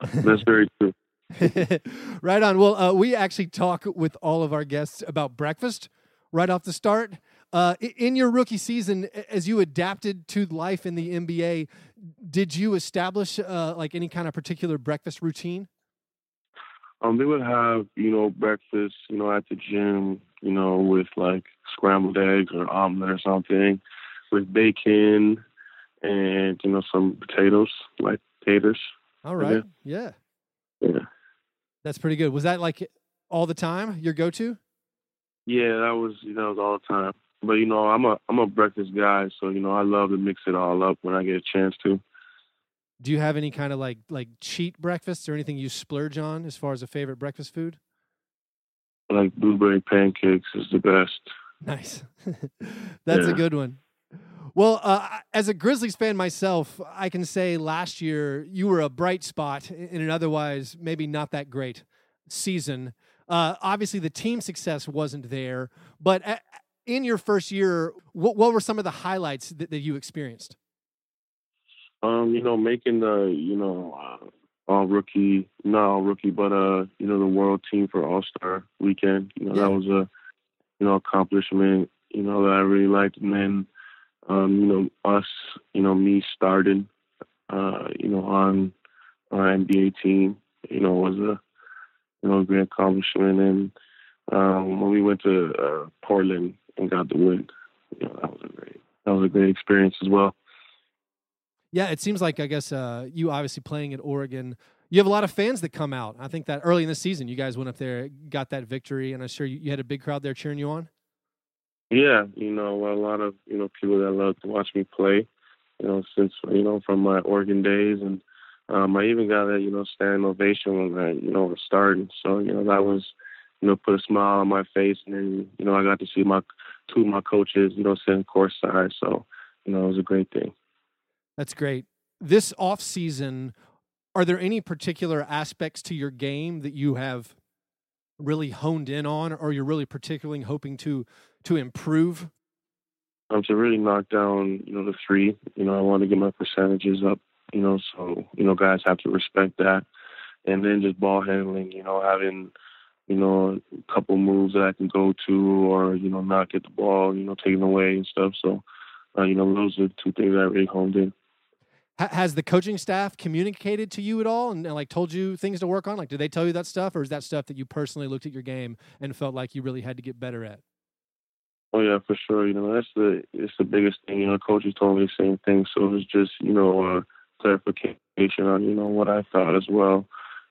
That's very true.
right on. Well, uh, we actually talk with all of our guests about breakfast right off the start. Uh, i- in your rookie season, a- as you adapted to life in the NBA, did you establish uh, like any kind of particular breakfast routine?
Um, they would have, you know, breakfast, you know, at the gym, you know, with like scrambled eggs or omelet or something, with bacon and, you know, some potatoes, like taters.
All
Yeah.
right. Yeah.
Yeah.
That's pretty good. Was that like all the time your go to?
Yeah, that was that was all the time. But you know, I'm a I'm a breakfast guy, so you know, I love to mix it all up when I get a chance to.
Do you have any kind of like like cheat breakfasts or anything you splurge on as far as a favorite breakfast food?
Like blueberry pancakes is the best.
Nice. That's a
Yeah.
good one. Well, uh, as a Grizzlies fan myself, I can say last year you were a bright spot in an otherwise maybe not that great season. Uh, obviously, the team success wasn't there, but a- in your first year, what, what were some of the highlights that, that you experienced?
Um, you know, making the you know uh, all rookie, not all rookie, but uh, you know, the world team for All Star weekend. You know,
Yeah.
that was a you know accomplishment. You know that I really liked, and then um, you know us, you know me starting, uh, you know on our NBA team. You know was a you know great accomplishment, and um, when we went to uh, Portland and got the win, you know that was a great that was a great experience as well.
Yeah, it seems like I guess uh, you obviously playing at Oregon, you have a lot of fans that come out. I think that early in the season, you guys went up there, got that victory, and I'm sure you, you had a big crowd there cheering you on.
Yeah, you know, a lot of you know people that love to watch me play. You know, since you know from my Oregon days, and um, I even got a you know standing ovation when I you know was starting. So you know that was you know put a smile on my face, and then you know I got to see my two of my coaches you know sitting courtside. So you know it was a great thing.
That's great. This off season, are there any particular aspects to your game that you have really honed in on, or you're really particularly hoping to to improve?
um, to really knock down, you know, the three. You know, I want to get my percentages up, you know, so, you know, guys have to respect that. And then just ball handling, you know, having, you know, a couple moves that I can go to or, you know, not get the ball, you know, taken away and stuff. So, uh, you know, those are the two things I really honed in.
Ha- has the coaching staff communicated to you at all, and, and like told you things to work on? Like, did they tell you that stuff, or is that stuff that you personally looked at your game and felt like you really had to get better at?
Oh yeah, for sure. You know, that's the it's the biggest thing. You know, coaches told me the same thing, so it was just you know uh, clarification on you know what I thought as well,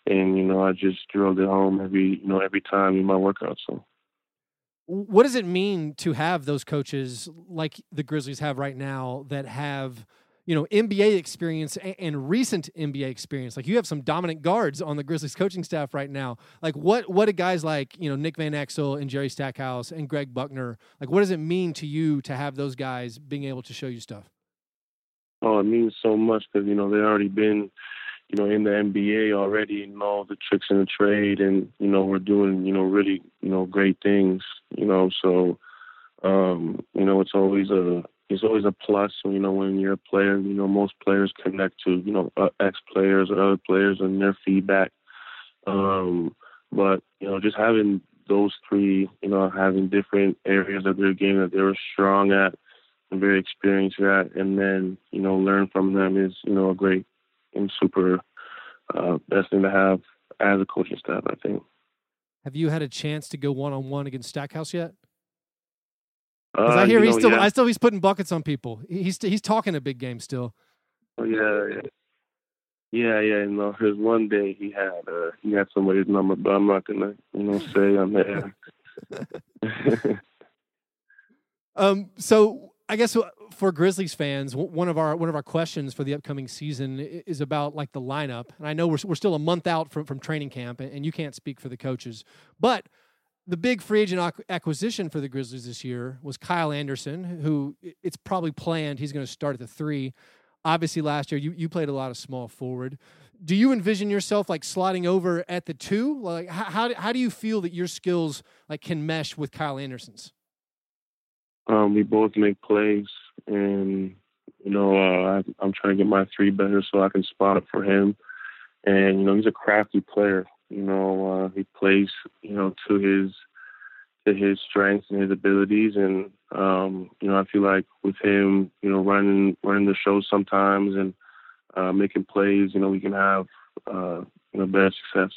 and you know I just drilled it home every you know every time in my workout. So
what does it mean to have those coaches like the Grizzlies have right now that have you know NBA experience and, and recent NBA experience? Like you have some dominant guards on the Grizzlies coaching staff right now. Like what what do guys like you know Nick Van Exel and Jerry Stackhouse and Greg Buckner like? What does it mean to you to have those guys being able to show you stuff?
oh, it means so much because you know they already been you know in the NBA already and all the tricks in the trade, and you know we're doing you know really you know great things. You know, so um, you know it's always a it's always a plus. You know, when you're a player, you know most players connect to you know uh, ex players or other players and their feedback. Um, but you know, just having those three, you know, having different areas of their game that they were strong at and very experienced at, and then you know learn from them is you know a great and super uh, best thing to have as a coaching staff. I think
Have you had a chance to go one on one against Stackhouse yet?
uh,
Because I hear
you
he's
know,
still
yeah,
I still he's putting buckets on people. He- He's he's talking a big game still.
Oh, yeah, yeah. Yeah, yeah, you know, his one day he had uh, he had somebody's number, but I'm not gonna, you know, say I'm there.
Um, so I guess w- for Grizzlies fans, w- one of our one of our questions for the upcoming season i- is about like the lineup. And I know we're s- we're still a month out from from training camp, and, and you can't speak for the coaches, but the big free agent ac- acquisition for the Grizzlies this year was Kyle Anderson, who i- it's probably planned he's going to start at the three. Obviously, last year you, you played a lot of small forward. Do you envision yourself like slotting over at the two? Like, how, how, do, how do you feel that your skills like can mesh with Kyle Anderson's?
um, we both make plays, and you know, uh, I, I'm trying to get my three better so I can spot it for him. And you know, he's a crafty player. You know, uh, he plays you know to his to his strengths and his abilities, and um, you know, I feel like with him, you know, running running the show sometimes and uh, making plays, you know, we can have uh, you know better success.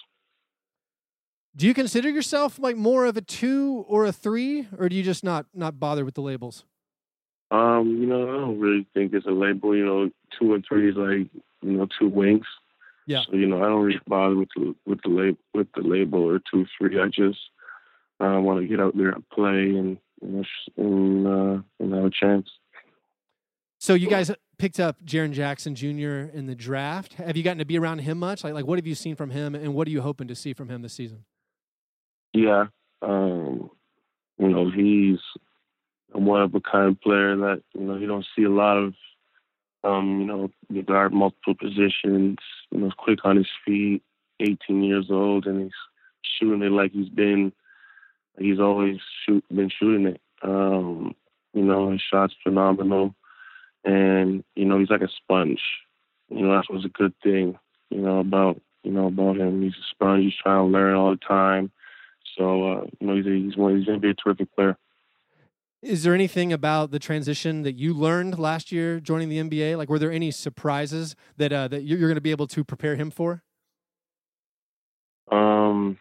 Do you consider yourself like more of a two or a three, or do you just not not bother with the labels?
Um, you know, I don't really think it's a label. You know, two and three is like you know two wings.
Yeah.
So you know, I don't really bother with the with the label with the label or two three. I just uh, want to get out there and play and you know, sh- and, uh, and have a chance.
So you guys picked up Jaron Jackson Jr. in the draft. Have you gotten to be around him much? Like, like what have you seen from him, and what are you hoping to see from him this season?
Yeah. Um, you know, he's a one of a kind player that, you know, you don't see a lot of um, you know, he guard multiple positions, you know, quick on his feet, eighteen years old and he's shooting it like he's been he's always shoot been shooting it. Um, you know, his shot's phenomenal and, you know, he's like a sponge. You know, that was a good thing, you know, about you know, about him. He's a sponge, he's trying to learn all the time. So uh, you know, he's a, he's one. He's going to be a terrific player.
Is there anything about the transition that you learned last year joining the NBA? Like, were there any surprises that uh, that you're going to be able to prepare him for?
Um,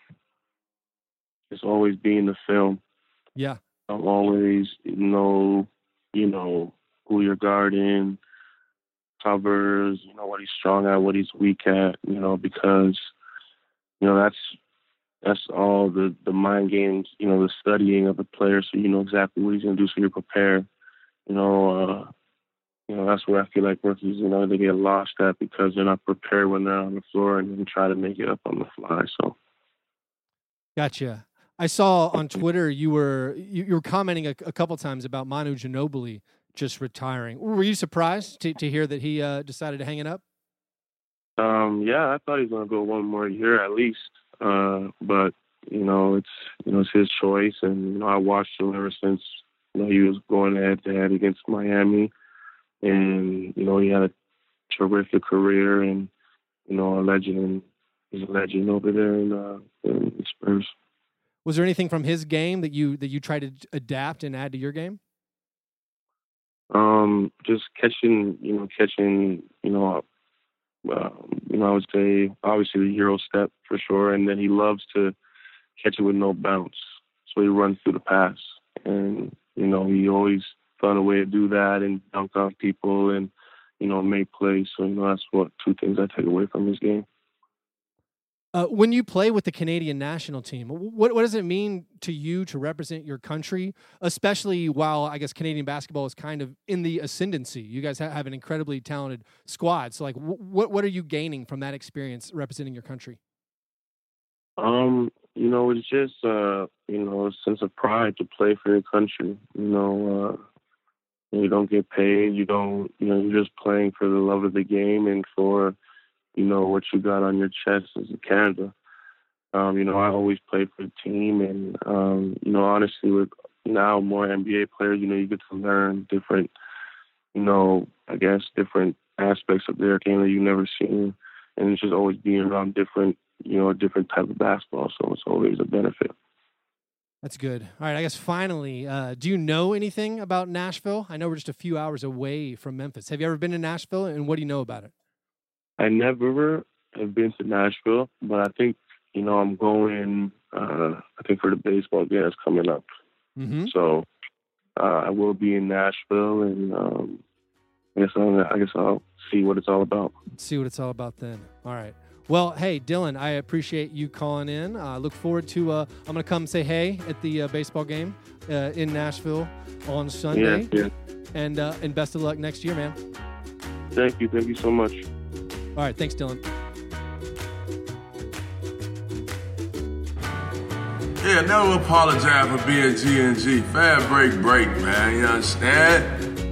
it's always being the film.
Yeah.
I'm always know, you know, who you're guarding, covers, you know, what he's strong at, what he's weak at, you know, because, you know, that's that's all the the mind games, you know, the studying of the player, so you know exactly what he's gonna do, so you're prepared. You know, uh, you know that's where I feel like rookies, you know, they get lost at because they're not prepared when they're on the floor and then try to make it up on the fly. So
Gotcha. I saw on Twitter you were you, you were commenting a, a couple times about Manu Ginobili just retiring. Were you surprised to, to hear that he uh, decided to hang it up?
um, yeah, I thought he was gonna go one more year at least. Uh, but you know, it's you know it's his choice, and you know I watched him ever since you know he was going head to head against Miami, and you know he had a terrific career, and you know a legend, and he's a legend over there in, uh, in the Spurs.
Was there anything from his game that you that you tried to adapt and add to your game?
Um, just catching, you know, catching, you know, uh, you know, I would say obviously the hero step for sure, and then he loves to catch it with no bounce, so he runs through the pass, and you know, he always found a way to do that and dunk on people and you know make plays. So you know, that's what two things I take away from his game.
Uh, when you play with the Canadian national team, what, what does it mean to you to represent your country, especially while I guess Canadian basketball is kind of in the ascendancy? You guys ha- have an incredibly talented squad. So, like, wh- what, what are you gaining from that experience representing your country?
Um, you know, it's just uh, you know, a sense of pride to play for your country. You know, uh, you don't get paid. You don't. You know, you're just playing for the love of the game and for, you know, what you got on your chest as a Canada. Um, you know, I always played for the team, and um, you know, honestly, with now more NBA players, you know, you get to learn different, you know, I guess different aspects of their game that you never seen, and it's just always being around different you know, a different type of basketball. So it's always a benefit.
That's good. All right, I guess finally, uh, do you know anything about Nashville? I know we're just a few hours away from Memphis. Have you ever been to Nashville, and what do you know about it?
I never have been to Nashville, but I think, you know, I'm going, uh, I think for the baseball game that's coming up.
Mm-hmm.
So uh, I will be in Nashville and, um, I guess, I'll, I guess I'll see what it's all about.
see what it's all about then. All right. Well, hey, Dylan, I appreciate you calling in. I look forward to. Uh, I'm gonna come say hey at the uh, baseball game uh, in Nashville on
Yeah,
Sunday,
yeah.
and uh, and best of luck next year, man.
Thank you. Thank you so much.
All right, thanks, Dylan.
Yeah, never apologize for being G and G. Fair break, break, man. You understand?